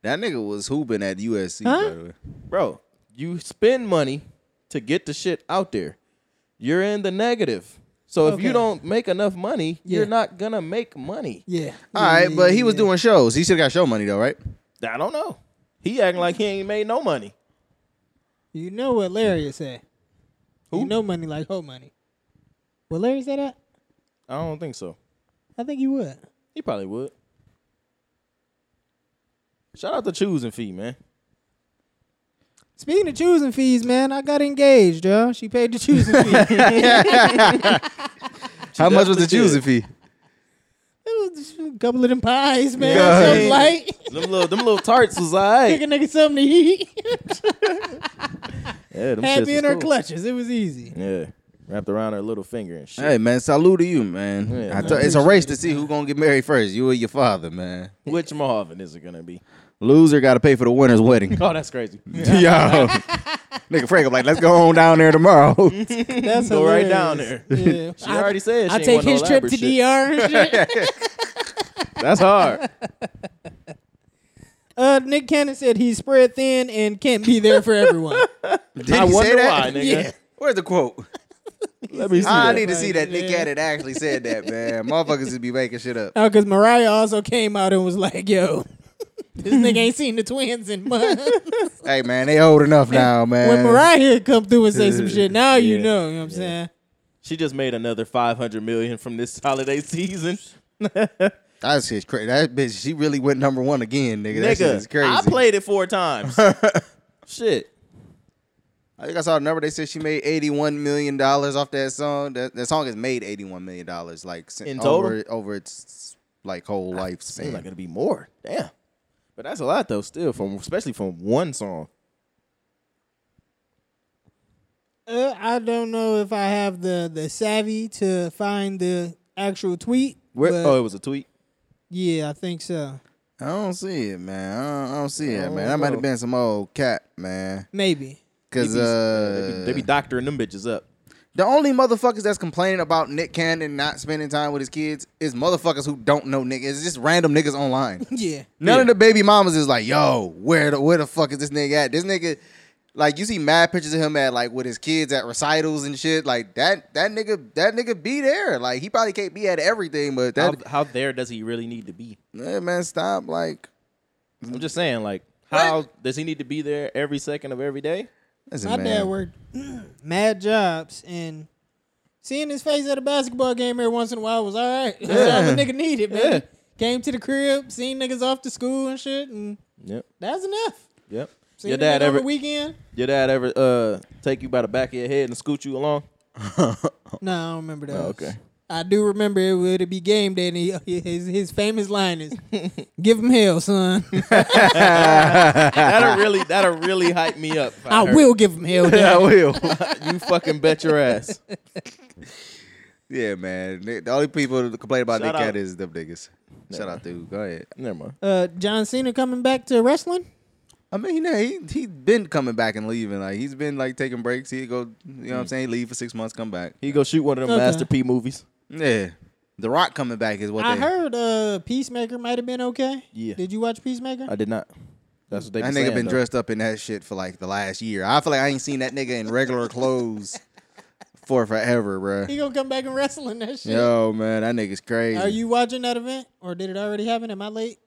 Speaker 3: That nigga was hooping at USC.
Speaker 2: Huh?
Speaker 3: By the way.
Speaker 1: bro. You spend money to get the shit out there. You're in the negative. So if
Speaker 2: Okay.
Speaker 1: you don't make enough money,
Speaker 2: Yeah.
Speaker 1: you're not gonna make money.
Speaker 2: Yeah.
Speaker 3: All right,
Speaker 2: Yeah,
Speaker 3: but he was
Speaker 2: yeah.
Speaker 3: doing shows. He should have got show money though, right?
Speaker 1: I don't know. He acting like he ain't made no money.
Speaker 2: You know what Larry said?
Speaker 1: Who?
Speaker 2: You know money like hoe money. Will Larry say that?
Speaker 1: I don't think so.
Speaker 2: I think he would.
Speaker 1: He probably would. Shout out to choosing fee, man.
Speaker 2: Speaking of choosing fees, man, I got engaged, yo. She paid the choosing fee. it
Speaker 3: How much was
Speaker 1: definitely
Speaker 3: the choosing
Speaker 1: did.
Speaker 3: fee?
Speaker 2: was just a couple of them pies, man.
Speaker 1: Yeah.
Speaker 2: Something light.
Speaker 1: Them little, them little tarts was alright.
Speaker 2: Pick a nigga something to eat.
Speaker 1: Yeah, them shits
Speaker 2: Had me
Speaker 1: was
Speaker 2: in her
Speaker 1: cool.
Speaker 2: clutches. It was easy.
Speaker 1: Yeah, wrapped around her little finger and shit.
Speaker 3: Hey man, salute to you, man.
Speaker 1: Yeah,
Speaker 3: I
Speaker 1: man.
Speaker 3: tell- it's a race to see who gonna get married first, you or your father, man.
Speaker 1: Which Marvin is it gonna be?
Speaker 3: Loser got to pay for the winner's wedding.
Speaker 1: Oh, that's crazy.
Speaker 3: Yo, nigga Frank, I'm like, let's go on down there tomorrow.
Speaker 2: That's
Speaker 1: Go right
Speaker 2: hilarious.
Speaker 1: down there.
Speaker 2: Yeah.
Speaker 1: She already said she
Speaker 2: I
Speaker 1: ain't
Speaker 2: take
Speaker 1: want no
Speaker 2: his trip
Speaker 1: elaborate
Speaker 2: to
Speaker 1: shit.
Speaker 2: DR and shit.
Speaker 1: That's hard.
Speaker 2: Uh, Nick Cannon said he's spread thin and can't be there for everyone.
Speaker 3: Did
Speaker 1: I
Speaker 3: he say
Speaker 1: wonder
Speaker 3: that?
Speaker 1: why, nigga.
Speaker 2: Yeah.
Speaker 3: Where's the quote?
Speaker 1: Let me see.
Speaker 3: I
Speaker 1: that.
Speaker 3: need to see that
Speaker 2: Like,
Speaker 3: Nick
Speaker 2: yeah.
Speaker 3: Cannon actually said that, man. Motherfuckers just be making shit up.
Speaker 2: Oh, because Mariah also came out and was like, yo, this nigga ain't seen the twins in months.
Speaker 3: Hey, man, they old enough now, man.
Speaker 2: when Mariah come through and say some shit, now you
Speaker 1: Yeah.
Speaker 2: know, you know what I'm saying?
Speaker 1: She just made another five hundred million from this holiday season.
Speaker 3: That shit's crazy. That bitch, she really went number one again, nigga. That shit is
Speaker 1: Nigga,
Speaker 3: crazy.
Speaker 1: I played it four times. shit.
Speaker 3: I think I saw a number. They said she made eighty-one million dollars off that song. That, that song has made eighty-one million dollars, like sin-
Speaker 1: In total?
Speaker 3: over, over its like whole
Speaker 1: Seems like
Speaker 3: lifespan.
Speaker 1: it'll be more. Damn. But that's a lot though, still from especially from one song.
Speaker 2: Uh, I don't know if I have the, the savvy to find the actual tweet.
Speaker 1: Where,
Speaker 2: but
Speaker 1: oh, it was a tweet.
Speaker 2: yeah, I think so.
Speaker 3: I don't see it, man. I don't, I don't see it,
Speaker 1: don't
Speaker 3: man. That might
Speaker 1: know.
Speaker 3: have been some old cat, man.
Speaker 2: Maybe.
Speaker 3: Cause
Speaker 1: Oh. They be-
Speaker 3: uh,
Speaker 1: they, be, they be doctoring them bitches up.
Speaker 3: the only motherfuckers that's complaining about Nick Cannon not spending time with his kids is motherfuckers who don't know Nick. It's just random niggas online.
Speaker 2: Yeah.
Speaker 3: None of the baby mamas is like, yo, where the where the fuck is this nigga at? This nigga, like, you see mad pictures of him at like with his kids at recitals and shit. Like that that nigga that nigga be there. Like he probably can't be at everything, but that
Speaker 1: how, how there does he really need to be?
Speaker 3: Hey, man, stop. Like,
Speaker 1: I'm just saying, like, how does he need to be there every second of every day?
Speaker 3: listen,
Speaker 2: My
Speaker 3: man.
Speaker 2: dad worked mad jobs and seeing his face at a basketball game every once in a while was all right. That's all the nigga needed, man.
Speaker 1: Yeah.
Speaker 2: Came to the crib, seen niggas off to school and shit, and
Speaker 1: Yep.
Speaker 2: that's enough.
Speaker 1: Yep.
Speaker 2: Seen
Speaker 1: your
Speaker 2: a
Speaker 1: dad
Speaker 2: nigga on
Speaker 1: ever
Speaker 2: the weekend?
Speaker 1: your dad ever uh take you by the back of your head and scoot you along?
Speaker 2: No, I don't remember that.
Speaker 1: Oh, okay.
Speaker 2: I do remember it would be game day, and he, his his famous line is, "Give him hell, son.
Speaker 1: that'll really that'll really hype me up. if
Speaker 2: I
Speaker 1: heard
Speaker 2: will give him hell." Dad.
Speaker 3: I will.
Speaker 1: it. You fucking bet your ass.
Speaker 3: yeah, man. The the only people that complain about
Speaker 1: Shout
Speaker 3: Nick
Speaker 1: out.
Speaker 3: Cat is them niggas. Shout out, dude. Go ahead.
Speaker 1: Never mind.
Speaker 2: Uh, John Cena coming back to wrestling.
Speaker 3: I mean, you know, he he been coming back and leaving. Like he's been like taking breaks. He go, you know, what
Speaker 1: Mm.
Speaker 3: I'm saying, leave for six months, come back.
Speaker 1: He go shoot one of them
Speaker 2: Okay.
Speaker 1: Master P movies.
Speaker 3: Yeah, The Rock coming back is what
Speaker 2: I
Speaker 3: they.
Speaker 2: heard uh, Peacemaker might have been okay.
Speaker 1: Yeah.
Speaker 2: Did you watch Peacemaker?
Speaker 1: I did not. That's what they. been
Speaker 3: That nigga
Speaker 1: saying,
Speaker 3: been
Speaker 1: though.
Speaker 3: dressed up in that shit for like the last year. I feel like I ain't seen that nigga in regular clothes for forever,
Speaker 2: he
Speaker 3: bruh.
Speaker 2: gonna come back and wrestle in that shit.
Speaker 3: Yo, man, that nigga's crazy.
Speaker 2: Are you watching that event, or did it already happen? Am I late?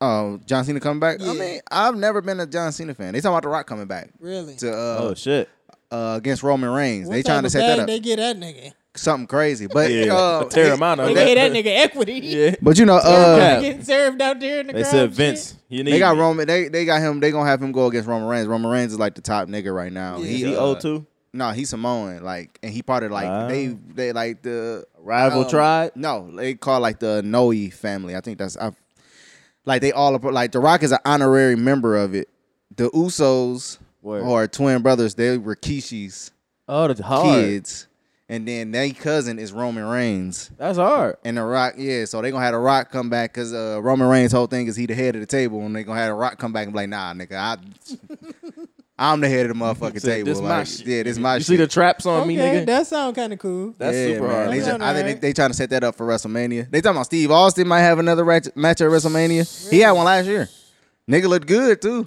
Speaker 3: Oh, John Cena coming back?
Speaker 2: Yeah.
Speaker 3: I mean, I've never been a John Cena fan. They talking about The Rock coming back
Speaker 2: Really?
Speaker 3: to uh,
Speaker 1: Oh shit!
Speaker 3: uh against Roman Reigns.
Speaker 2: What
Speaker 3: they
Speaker 2: type
Speaker 3: trying to
Speaker 2: of
Speaker 3: set that
Speaker 2: bag
Speaker 3: up.
Speaker 2: They get that nigga.
Speaker 3: Something crazy, but
Speaker 1: Yeah,
Speaker 3: uh,
Speaker 1: but tear him out
Speaker 2: They
Speaker 1: on
Speaker 2: gave
Speaker 1: Oh, that.
Speaker 2: that nigga equity.
Speaker 1: Yeah.
Speaker 3: But you know,
Speaker 2: Everybody
Speaker 3: uh,
Speaker 1: Yeah.
Speaker 2: getting served out there in the
Speaker 1: They
Speaker 2: crowd.
Speaker 1: said
Speaker 2: and
Speaker 1: Vince,
Speaker 2: shit.
Speaker 1: you need.
Speaker 3: They got
Speaker 1: me.
Speaker 3: Roman. They they got him. They gonna have him go against Roman Reigns. Roman Reigns is like the top nigga right now.
Speaker 2: Yeah.
Speaker 1: Is
Speaker 3: He,
Speaker 1: he
Speaker 3: uh,
Speaker 1: old too?
Speaker 3: No, he's Samoan. Like, and he part of like
Speaker 1: Ah.
Speaker 3: they they like the um,
Speaker 1: Rival tribe?
Speaker 3: No, they call like the Noe family. I think that's I, like they all appro- like the Rock is an honorary member of it. The Usos
Speaker 1: Word.
Speaker 3: are twin brothers. They were Kishi's
Speaker 1: Oh, that's
Speaker 3: kids, and then their cousin is Roman Reigns.
Speaker 1: That's hard.
Speaker 3: And the Rock, yeah. So they gonna have the Rock come back because uh, Roman Reigns' whole thing is he the head of the table, and they gonna have the Rock come back and be like, nah, nigga, I, I'm the head of the motherfucking
Speaker 1: Said,
Speaker 3: table.
Speaker 1: "This my
Speaker 3: Like,
Speaker 1: shit."
Speaker 3: Yeah, this my
Speaker 1: You
Speaker 3: shit.
Speaker 1: see the traps on me,
Speaker 2: Okay,
Speaker 1: nigga.
Speaker 2: that sound kind of cool.
Speaker 1: That's
Speaker 3: Yeah,
Speaker 1: super
Speaker 3: man.
Speaker 1: hard.
Speaker 3: They
Speaker 2: That
Speaker 3: ju-
Speaker 2: sound
Speaker 3: I think
Speaker 2: alright.
Speaker 3: they, they trying to set that up for WrestleMania. They talking about Steve Austin might have another rat- match at WrestleMania. He had one last year. Nigga looked good too.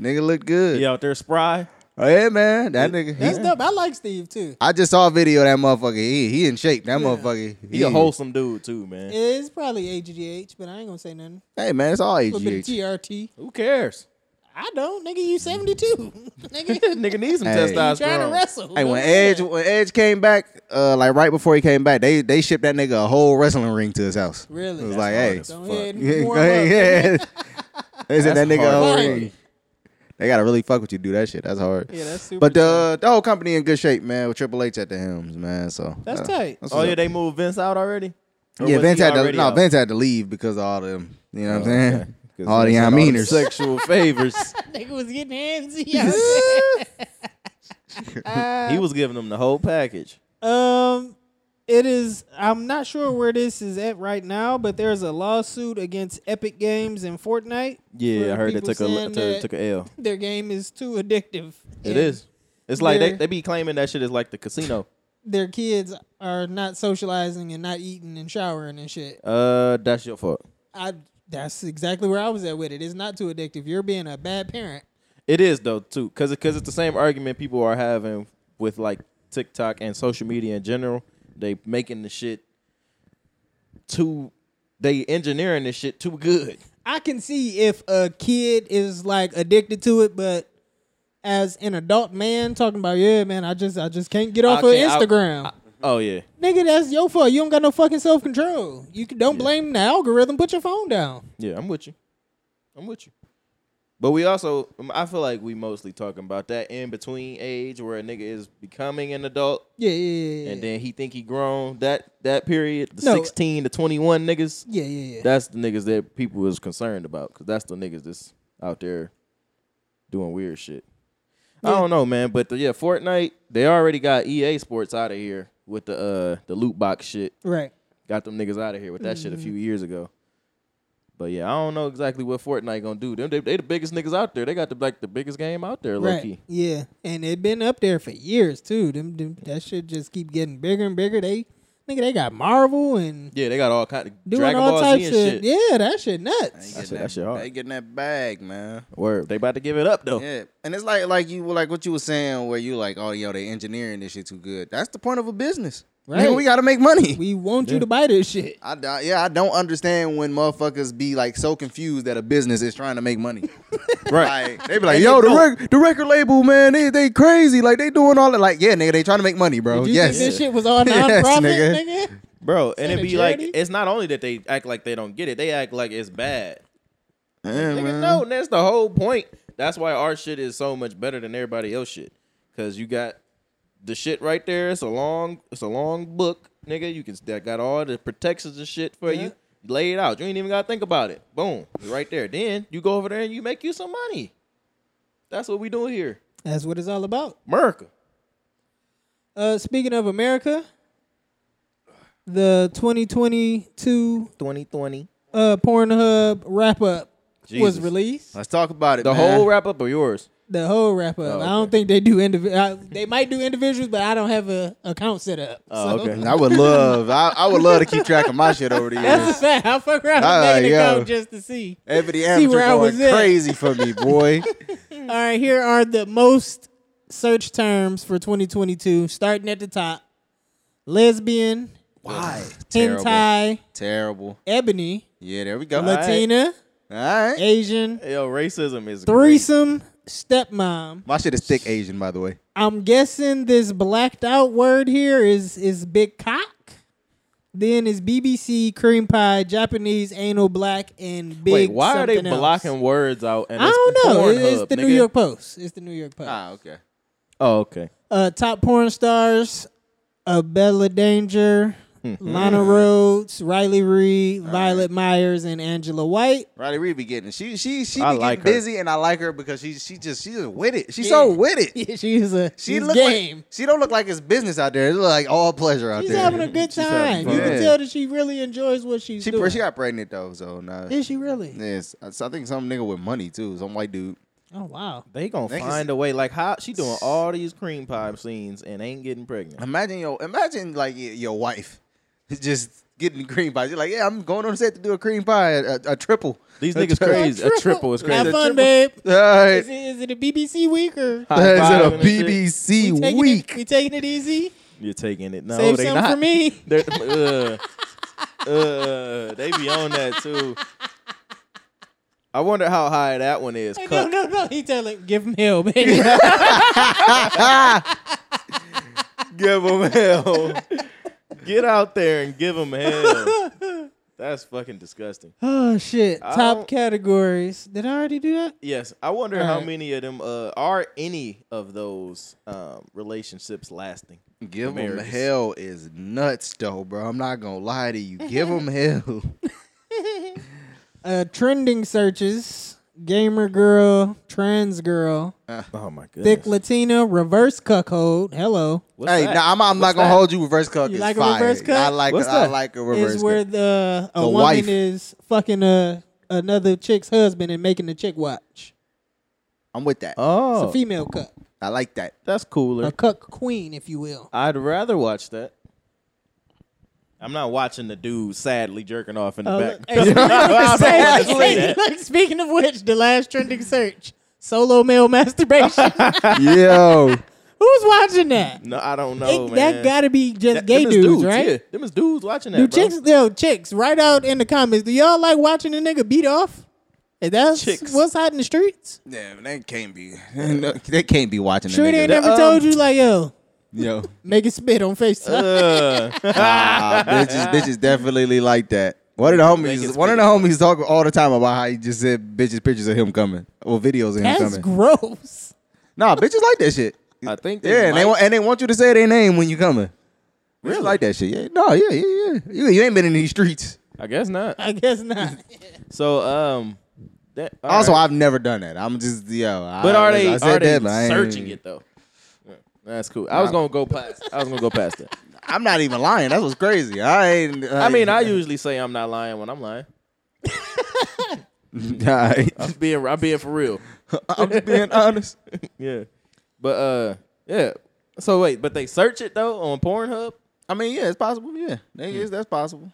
Speaker 3: Nigga looked good.
Speaker 1: He out there spry.
Speaker 3: Oh, yeah, man. That nigga.
Speaker 2: That's
Speaker 3: he-
Speaker 2: dope. I like Steve too.
Speaker 3: I just saw a video of that motherfucker. He he in shape. That motherfucker.
Speaker 1: He a wholesome dude too, man.
Speaker 2: It's probably AGGH, but I ain't gonna say nothing.
Speaker 3: Hey man, it's all
Speaker 2: A little bit of
Speaker 3: AGH.
Speaker 2: TRT.
Speaker 1: Who cares?
Speaker 2: I don't, nigga. You seventy two, nigga.
Speaker 1: nigga needs some
Speaker 3: Hey.
Speaker 1: testosterone.
Speaker 2: Trying to wrestle.
Speaker 3: Hey,
Speaker 2: Don't
Speaker 3: when
Speaker 2: do that.
Speaker 3: Edge when Edge came back, uh, like right before he came back, they they shipped that nigga a whole wrestling ring to his house.
Speaker 2: Really?
Speaker 3: It was
Speaker 2: That's
Speaker 3: like,
Speaker 2: hard
Speaker 3: hey,
Speaker 2: as Don't fuck. hit and
Speaker 3: yeah,
Speaker 2: warm
Speaker 3: go ahead, yeah. They sent that
Speaker 1: That's
Speaker 3: nigga a whole
Speaker 1: hard.
Speaker 3: ring. They gotta really fuck with you, do that shit. That's hard.
Speaker 2: Yeah, that's super.
Speaker 3: But
Speaker 2: tight.
Speaker 3: uh, the the whole company in good shape, man. With Triple H at the helms, man. So
Speaker 2: That's
Speaker 3: uh,
Speaker 2: tight.
Speaker 3: that's
Speaker 1: Oh
Speaker 3: what's
Speaker 1: yeah,
Speaker 3: up.
Speaker 1: they moved Vince out already. Or
Speaker 3: yeah.
Speaker 1: was
Speaker 3: Vince
Speaker 1: he
Speaker 3: had to
Speaker 1: already
Speaker 3: no.
Speaker 1: out?
Speaker 3: Vince had to leave because of all them. You know what
Speaker 1: Oh,
Speaker 3: I'm
Speaker 1: okay.
Speaker 3: saying?
Speaker 1: 'Cause
Speaker 3: All the
Speaker 1: Vince had
Speaker 3: Yaminers.
Speaker 1: sexual favors.
Speaker 2: nigga was getting handsy. out there. Uh,
Speaker 1: he was giving them the whole package.
Speaker 2: Um, it is. I'm not sure where this is at right now, but there's a lawsuit against Epic Games and Fortnite.
Speaker 1: Yeah,
Speaker 2: for
Speaker 1: I heard they
Speaker 2: people
Speaker 1: took a
Speaker 2: saying
Speaker 1: took,
Speaker 2: that
Speaker 1: took a L.
Speaker 2: Their game is too addictive.
Speaker 1: It
Speaker 2: and
Speaker 1: is. It's like they,
Speaker 2: they're-
Speaker 1: they be claiming that shit is like the casino.
Speaker 2: Their kids are not socializing and not eating and showering and shit.
Speaker 1: Uh, that's your fault.
Speaker 2: I. That's exactly where I was at with it. It's not too addictive. You're being a bad parent.
Speaker 1: It is though too, because because it's the same argument people are having with like TikTok and social media in general. They making the shit too. They engineering this shit too good.
Speaker 2: I can see if a kid is like addicted to it, but as an adult man talking about, yeah, man, I just I just can't get off
Speaker 1: Okay,
Speaker 2: of
Speaker 1: I-
Speaker 2: Instagram.
Speaker 1: Oh yeah,
Speaker 2: Nigga, that's your fault. You don't got no fucking self control. You can, don't blame the algorithm. Put your phone down.
Speaker 1: yeah. I'm with you. I'm with you. But we also, um, I feel like we mostly talking about that in between age where a nigga is becoming an adult
Speaker 2: Yeah, yeah, yeah. yeah.
Speaker 1: and then he think he grown. That that period, the
Speaker 2: No.
Speaker 1: 16 to 21 niggas.
Speaker 2: yeah, yeah, yeah.
Speaker 1: That's the niggas that people is concerned about because that's the niggas that's out there doing weird shit. I
Speaker 2: Yeah.
Speaker 1: don't know, man, but the, yeah, Fortnite they already got EA Sports out of here with the uh the loot box shit.
Speaker 2: right.
Speaker 1: Got them niggas out of here with that shit a few
Speaker 2: Mm.
Speaker 1: years ago. But yeah, I don't know exactly what Fortnite gonna do. Them they, they the biggest niggas out there. They got the like the biggest game out there, low
Speaker 2: Right.
Speaker 1: key.
Speaker 2: Yeah. And it been up there for years too. Them, them that shit just keep getting bigger and bigger. They nigga they got Marvel and
Speaker 1: Yeah, they got all kind of
Speaker 2: doing
Speaker 1: Dragon
Speaker 2: all
Speaker 1: Ball
Speaker 2: types
Speaker 1: Z
Speaker 2: of
Speaker 1: and shit.
Speaker 2: Yeah, that shit nuts.
Speaker 1: That shit- that shit hard. Oh.
Speaker 3: They getting that bag, man.
Speaker 1: Word, they about to give it up though.
Speaker 3: Yeah, and it's like like you like what you were saying where you like, oh yo, they engineering this shit too good. That's the point of a business.
Speaker 2: Right.
Speaker 3: Right? we gotta make money.
Speaker 2: We want you to buy this shit.
Speaker 3: I, I- yeah, I don't understand when motherfuckers be like so confused that a business is trying to make money.
Speaker 1: Right,
Speaker 3: Like, they be like, yo, the, rec- the record label, man, they, they crazy. Like, they doing all that. Like, yeah, nigga, they trying to make money, bro.
Speaker 1: Oh,
Speaker 2: Do you
Speaker 3: yes.
Speaker 2: think this shit was all nonprofit,
Speaker 3: Yes,
Speaker 2: profit, nigga?
Speaker 3: nigga.
Speaker 1: bro. And
Speaker 2: Send
Speaker 1: it
Speaker 2: a
Speaker 1: be like
Speaker 2: charity?
Speaker 1: it's not only that they act like they don't get it, they act like it's bad.
Speaker 3: Yeah,
Speaker 1: Nigga,
Speaker 3: man.
Speaker 1: no, and that's the whole point. That's why our shit is so much better than everybody else shit. Cause you got the shit right there. It's a long, it's a long book, nigga. You can that got all the protections and shit for
Speaker 2: Yeah.
Speaker 1: you. Lay it out. You ain't even gotta think about it. Boom, it's right there. Then you go over there and you make you some money. That's what we doing here,
Speaker 2: That's what it's all about.
Speaker 1: America.
Speaker 2: Uh, speaking of America, the 2022
Speaker 1: Twenty twenty.
Speaker 2: uh, Pornhub wrap up was
Speaker 3: Jesus.
Speaker 2: released.
Speaker 3: Let's talk about it.
Speaker 1: The
Speaker 3: man.
Speaker 1: whole wrap up of yours.
Speaker 2: The whole wrap
Speaker 1: Oh,
Speaker 2: up. I don't
Speaker 1: okay.
Speaker 2: think they do individual. They might do individuals, but I don't have a account set up.
Speaker 1: Oh,
Speaker 2: so.
Speaker 1: okay.
Speaker 3: I would love. I, I would love to keep track of my shit over the
Speaker 2: That's a
Speaker 3: years.
Speaker 2: fact. I fuck around
Speaker 3: All
Speaker 2: and
Speaker 3: right,
Speaker 2: made an
Speaker 3: yo.
Speaker 2: account just to see.
Speaker 3: Every the amateur
Speaker 2: where I
Speaker 3: going
Speaker 2: was at.
Speaker 3: crazy for me, boy.
Speaker 2: All right, here are the most search terms for 2022. Starting at the top: lesbian,
Speaker 3: Why?
Speaker 2: hentai,
Speaker 3: Terrible.
Speaker 2: ebony,
Speaker 3: Yeah, there we go.
Speaker 1: All right.
Speaker 2: Latina,
Speaker 3: All right.
Speaker 2: Asian,
Speaker 1: Yo, racism is great.
Speaker 2: threesome, stepmom.
Speaker 3: My shit is thick Asian, by the way.
Speaker 2: I'm guessing this blacked out word here is is big cock. Then is BBC cream pie, Japanese anal black, and big.
Speaker 1: Wait, why are they
Speaker 2: something else.
Speaker 1: blocking words out? And
Speaker 2: I don't
Speaker 1: it's
Speaker 2: know. It-
Speaker 1: Pornhub,
Speaker 2: it's the New
Speaker 1: nigga?
Speaker 2: York Post. It's the New York Post.
Speaker 3: Ah, okay.
Speaker 1: Oh, okay.
Speaker 2: Uh, top porn stars: uh, Bella Danger,
Speaker 1: Mm-hmm.
Speaker 2: Lana Rhodes, Riley Reid, Violet Myers, and Angela White.
Speaker 3: Riley Reed be getting she she she be
Speaker 1: I
Speaker 3: getting
Speaker 1: like her.
Speaker 3: busy, and I like her because she she just she's just with it. She's so
Speaker 2: Yeah.
Speaker 3: with it.
Speaker 2: Yeah, she's a
Speaker 3: She
Speaker 2: she's
Speaker 3: look
Speaker 2: game.
Speaker 3: like she don't look like it's business out there. It's like all pleasure out
Speaker 2: she's
Speaker 3: there.
Speaker 2: having a good
Speaker 1: She's having
Speaker 2: time. You
Speaker 3: fun.
Speaker 2: can
Speaker 3: Yeah.
Speaker 2: tell that she really enjoys what she's
Speaker 3: she
Speaker 2: doing.
Speaker 3: she got pregnant though, so nah.
Speaker 2: Is she really?
Speaker 3: Yes, I I think some nigga with money too, some white dude.
Speaker 2: Oh wow.
Speaker 1: They gonna
Speaker 3: Niggas-
Speaker 1: find a way. Like how she doing all these cream pie scenes and ain't getting pregnant.
Speaker 3: Imagine your imagine like y- your wife is just getting cream pies. You're like, yeah, I'm going on set to do a cream pie, a, a, a triple.
Speaker 1: These
Speaker 3: A
Speaker 1: niggas
Speaker 3: tri-
Speaker 1: crazy. A triple is
Speaker 2: Have
Speaker 1: crazy.
Speaker 2: fun,
Speaker 3: triple.
Speaker 2: babe.
Speaker 3: All right,
Speaker 2: Is it, is it a BBC week or
Speaker 1: High
Speaker 3: that
Speaker 1: fiving and
Speaker 3: is
Speaker 1: shit.
Speaker 3: a
Speaker 2: we
Speaker 3: BBC
Speaker 2: taking It,
Speaker 3: week.
Speaker 2: we taking it easy?
Speaker 1: You're taking it. No,
Speaker 2: Save
Speaker 1: they
Speaker 2: some
Speaker 1: not.
Speaker 2: for me.
Speaker 1: They're- uh, uh, they be on that too. I wonder how high that one is.
Speaker 2: Hey, no,
Speaker 1: Cut.
Speaker 2: no, no. He tell him, give him hell, baby.
Speaker 1: Give them hell. Get out there and give them hell. That's fucking disgusting.
Speaker 2: oh shit.
Speaker 1: I
Speaker 2: Top
Speaker 1: don't-
Speaker 2: categories. Did I already do that?
Speaker 1: Yes, I wonder how
Speaker 2: Alright.
Speaker 1: many of them uh, are any of those um, relationships lasting.
Speaker 3: Give them
Speaker 1: Marriages.
Speaker 3: hell is nuts though, bro. I'm not gonna lie to you. Give them hell.
Speaker 2: Uh, trending searches: gamer girl, trans girl,
Speaker 1: Oh my goodness.
Speaker 2: thick Latina, reverse cuckold. Hello.
Speaker 1: What's
Speaker 3: hey,
Speaker 1: that?
Speaker 3: now I'm, I'm not
Speaker 1: What's
Speaker 3: gonna
Speaker 1: that?
Speaker 3: hold you. Reverse cuck
Speaker 2: You
Speaker 3: is
Speaker 2: like a
Speaker 3: fire.
Speaker 2: reverse cuck?
Speaker 3: I like
Speaker 1: What's
Speaker 3: I
Speaker 1: that?
Speaker 3: like a reverse
Speaker 2: Is where
Speaker 3: cuck.
Speaker 2: the a
Speaker 3: The
Speaker 2: woman
Speaker 3: wife.
Speaker 2: is fucking a another chick's husband and making the chick watch.
Speaker 3: I'm with that.
Speaker 2: It's
Speaker 1: Oh,
Speaker 2: a female cuck,
Speaker 3: I like that.
Speaker 1: that's
Speaker 2: a
Speaker 1: cooler.
Speaker 2: cuck queen, if you will.
Speaker 1: I'd rather watch that. I'm not watching the dude sadly jerking off in the
Speaker 2: Uh,
Speaker 1: back.
Speaker 2: hey, speaking of-
Speaker 1: I don't wanna
Speaker 2: hey,
Speaker 1: say that.
Speaker 2: look, speaking of which, the last trending search: solo male masturbation.
Speaker 3: Yo,
Speaker 2: Who's watching that?
Speaker 1: No, I don't know,
Speaker 2: It-
Speaker 1: man.
Speaker 2: that gotta be just
Speaker 1: That-
Speaker 2: gay
Speaker 1: them is
Speaker 2: dudes, right?
Speaker 1: Yeah, them is dudes watching that.
Speaker 2: Do
Speaker 1: bro.
Speaker 2: chicks, yo, chicks, right out in the comments. Do y'all like watching a nigga beat off? Is that
Speaker 1: Chicks.
Speaker 2: what's hot in the streets?
Speaker 3: yeah, they can't be. they can't be watching. the
Speaker 2: Sure, they
Speaker 3: nigga.
Speaker 2: ain't never
Speaker 1: um,
Speaker 2: told you like, yo,
Speaker 3: Yo,
Speaker 2: make it spit on FaceTime.
Speaker 1: Uh,
Speaker 3: nah, bitches, bitches definitely like that. One of the
Speaker 1: Make it
Speaker 3: homies, one of the
Speaker 1: speak.
Speaker 3: homies talk all the time about how he just said bitches pictures of him coming or videos of him
Speaker 2: That's
Speaker 3: coming.
Speaker 2: gross.
Speaker 3: nah, bitches like that shit.
Speaker 1: I think they
Speaker 3: Yeah, and
Speaker 1: might.
Speaker 3: they want and they want you to say their name when you coming. Really like that shit? Yeah, no, yeah, yeah, yeah. You, you ain't been in these streets.
Speaker 1: I guess not.
Speaker 2: I guess not.
Speaker 1: So, um, that, all
Speaker 3: also,
Speaker 1: right.
Speaker 3: I've never done that. I'm just yo. I-
Speaker 1: but are they
Speaker 3: I
Speaker 1: are
Speaker 3: said
Speaker 1: they
Speaker 3: that, but I ain't-
Speaker 1: searching it though? Yeah, That's cool. I was gonna go past. I was gonna go past that.
Speaker 3: I'm not even lying. That was crazy. I ain't.
Speaker 1: I mean, I usually say I'm not lying when I'm lying.
Speaker 3: I,
Speaker 1: I'm being I'm being for real.
Speaker 3: I'm just being honest.
Speaker 1: Yeah, but uh, yeah. So wait, but they search it though on Pornhub.
Speaker 3: I mean, yeah, it's possible. Yeah, That is- that's possible.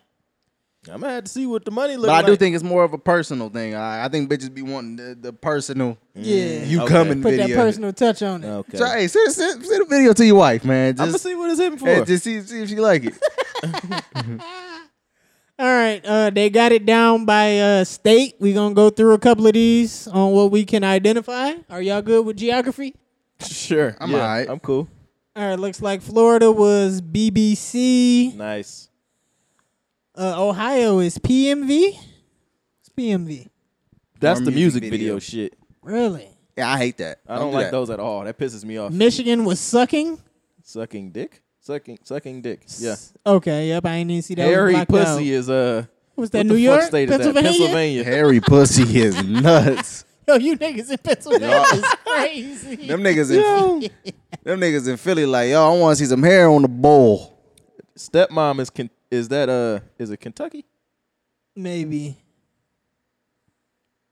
Speaker 1: I'm gonna have to see what the money looks
Speaker 3: But I
Speaker 1: like.
Speaker 3: do think it's more of a personal thing. I, I think bitches be wanting the, the personal.
Speaker 2: Yeah.
Speaker 3: Mm, You
Speaker 1: Mm, Okay.
Speaker 3: coming
Speaker 2: Put
Speaker 3: video. Oh.
Speaker 2: that personal touch on it.
Speaker 1: Okay.
Speaker 3: So, hey, send, send, send a video to your wife, man.
Speaker 1: I'm gonna
Speaker 3: Just,
Speaker 1: see what it's in for.
Speaker 3: hey, just see, see if she like it.
Speaker 2: All right, uh, they got it down by uh, state. We're gonna go through a couple of these on what we can identify. Are y'all good with geography?
Speaker 1: sure.
Speaker 3: I'm
Speaker 1: yeah,
Speaker 3: alright.
Speaker 1: I'm cool.
Speaker 2: All right, looks like Florida was BBC.
Speaker 1: Nice.
Speaker 2: Uh, Ohio is PMV. It's PMV.
Speaker 1: That's
Speaker 3: Or
Speaker 1: the
Speaker 3: music
Speaker 1: music video.
Speaker 3: video.
Speaker 1: shit.
Speaker 2: Really?
Speaker 3: Yeah, I hate that.
Speaker 1: I don't,
Speaker 3: do
Speaker 1: like
Speaker 3: that.
Speaker 1: those at all. That pisses me off.
Speaker 2: Michigan was sucking.
Speaker 1: Sucking dick? Sucking sucking dick. Yeah.
Speaker 2: Okay. Yep. I ain't even see that. was
Speaker 1: Hairy
Speaker 2: blocked
Speaker 1: pussy
Speaker 2: out.
Speaker 1: is uh
Speaker 2: Was
Speaker 1: what
Speaker 2: that
Speaker 1: the
Speaker 2: New
Speaker 1: fuck
Speaker 2: York?
Speaker 1: state is that?
Speaker 2: Pennsylvania?
Speaker 1: Pennsylvania.
Speaker 3: Hairy pussy is nuts.
Speaker 2: Yo, you niggas in Pennsylvania is crazy.
Speaker 3: Them niggas in them niggas in Philly like yo, I want to see some hair on the bowl.
Speaker 1: Stepmom is Ken- is that uh is it Kentucky?
Speaker 2: Maybe.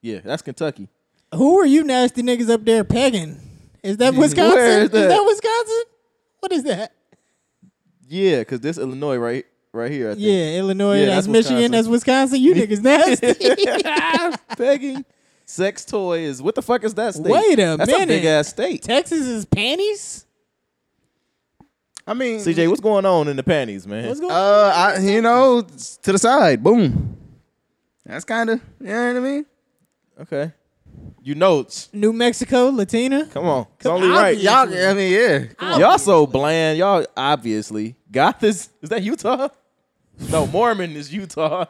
Speaker 1: Yeah, that's Kentucky.
Speaker 2: Who are you nasty niggas up there pegging? Is that Wisconsin?
Speaker 1: Where is
Speaker 2: Is
Speaker 1: that?
Speaker 2: that Wisconsin? What is that?
Speaker 1: Yeah, cause this Illinois right right here. I think.
Speaker 2: Yeah, Illinois.
Speaker 1: Yeah,
Speaker 2: that's,
Speaker 1: that's
Speaker 2: Michigan. That's Wisconsin. You niggas nasty.
Speaker 1: Pegging, sex toy is what the fuck is that state?
Speaker 2: Wait a
Speaker 1: That's a
Speaker 2: minute.
Speaker 1: big ass state.
Speaker 2: Texas is panties.
Speaker 3: I mean,
Speaker 1: CJ, what's going on in the panties, man?
Speaker 2: What's going? on?
Speaker 3: uh, I, you know, s- to the side, boom. That's kind of you know what I mean.
Speaker 1: okay, you know, it's-
Speaker 2: New Mexico, Latina.
Speaker 1: come on, it's only right.
Speaker 3: Y'all, I mean, yeah. Come
Speaker 1: Y'all, y'all so bland. Y'all obviously got this. Is that Utah? No, Mormon is Utah.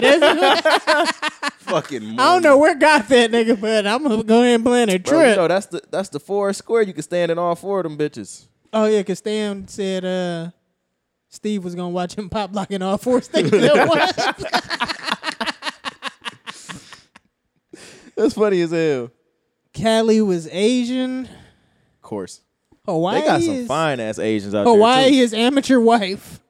Speaker 2: that's.
Speaker 3: fucking.
Speaker 2: I don't know where got that nigga, but I'm gonna go ahead and plan a
Speaker 1: Bro, you
Speaker 2: trip.
Speaker 1: know, that's the that's the four square. You can stand in all four of them bitches.
Speaker 2: Oh yeah, cause Stan said uh, Steve was gonna watch him pop locking all four things at once.
Speaker 1: That's funny as hell. Of
Speaker 2: Cali was Asian.
Speaker 1: course,
Speaker 2: Hawaii
Speaker 1: they got some
Speaker 2: is
Speaker 1: fine ass Asians out there.
Speaker 2: Hawaii
Speaker 1: too.
Speaker 2: is amateur wife.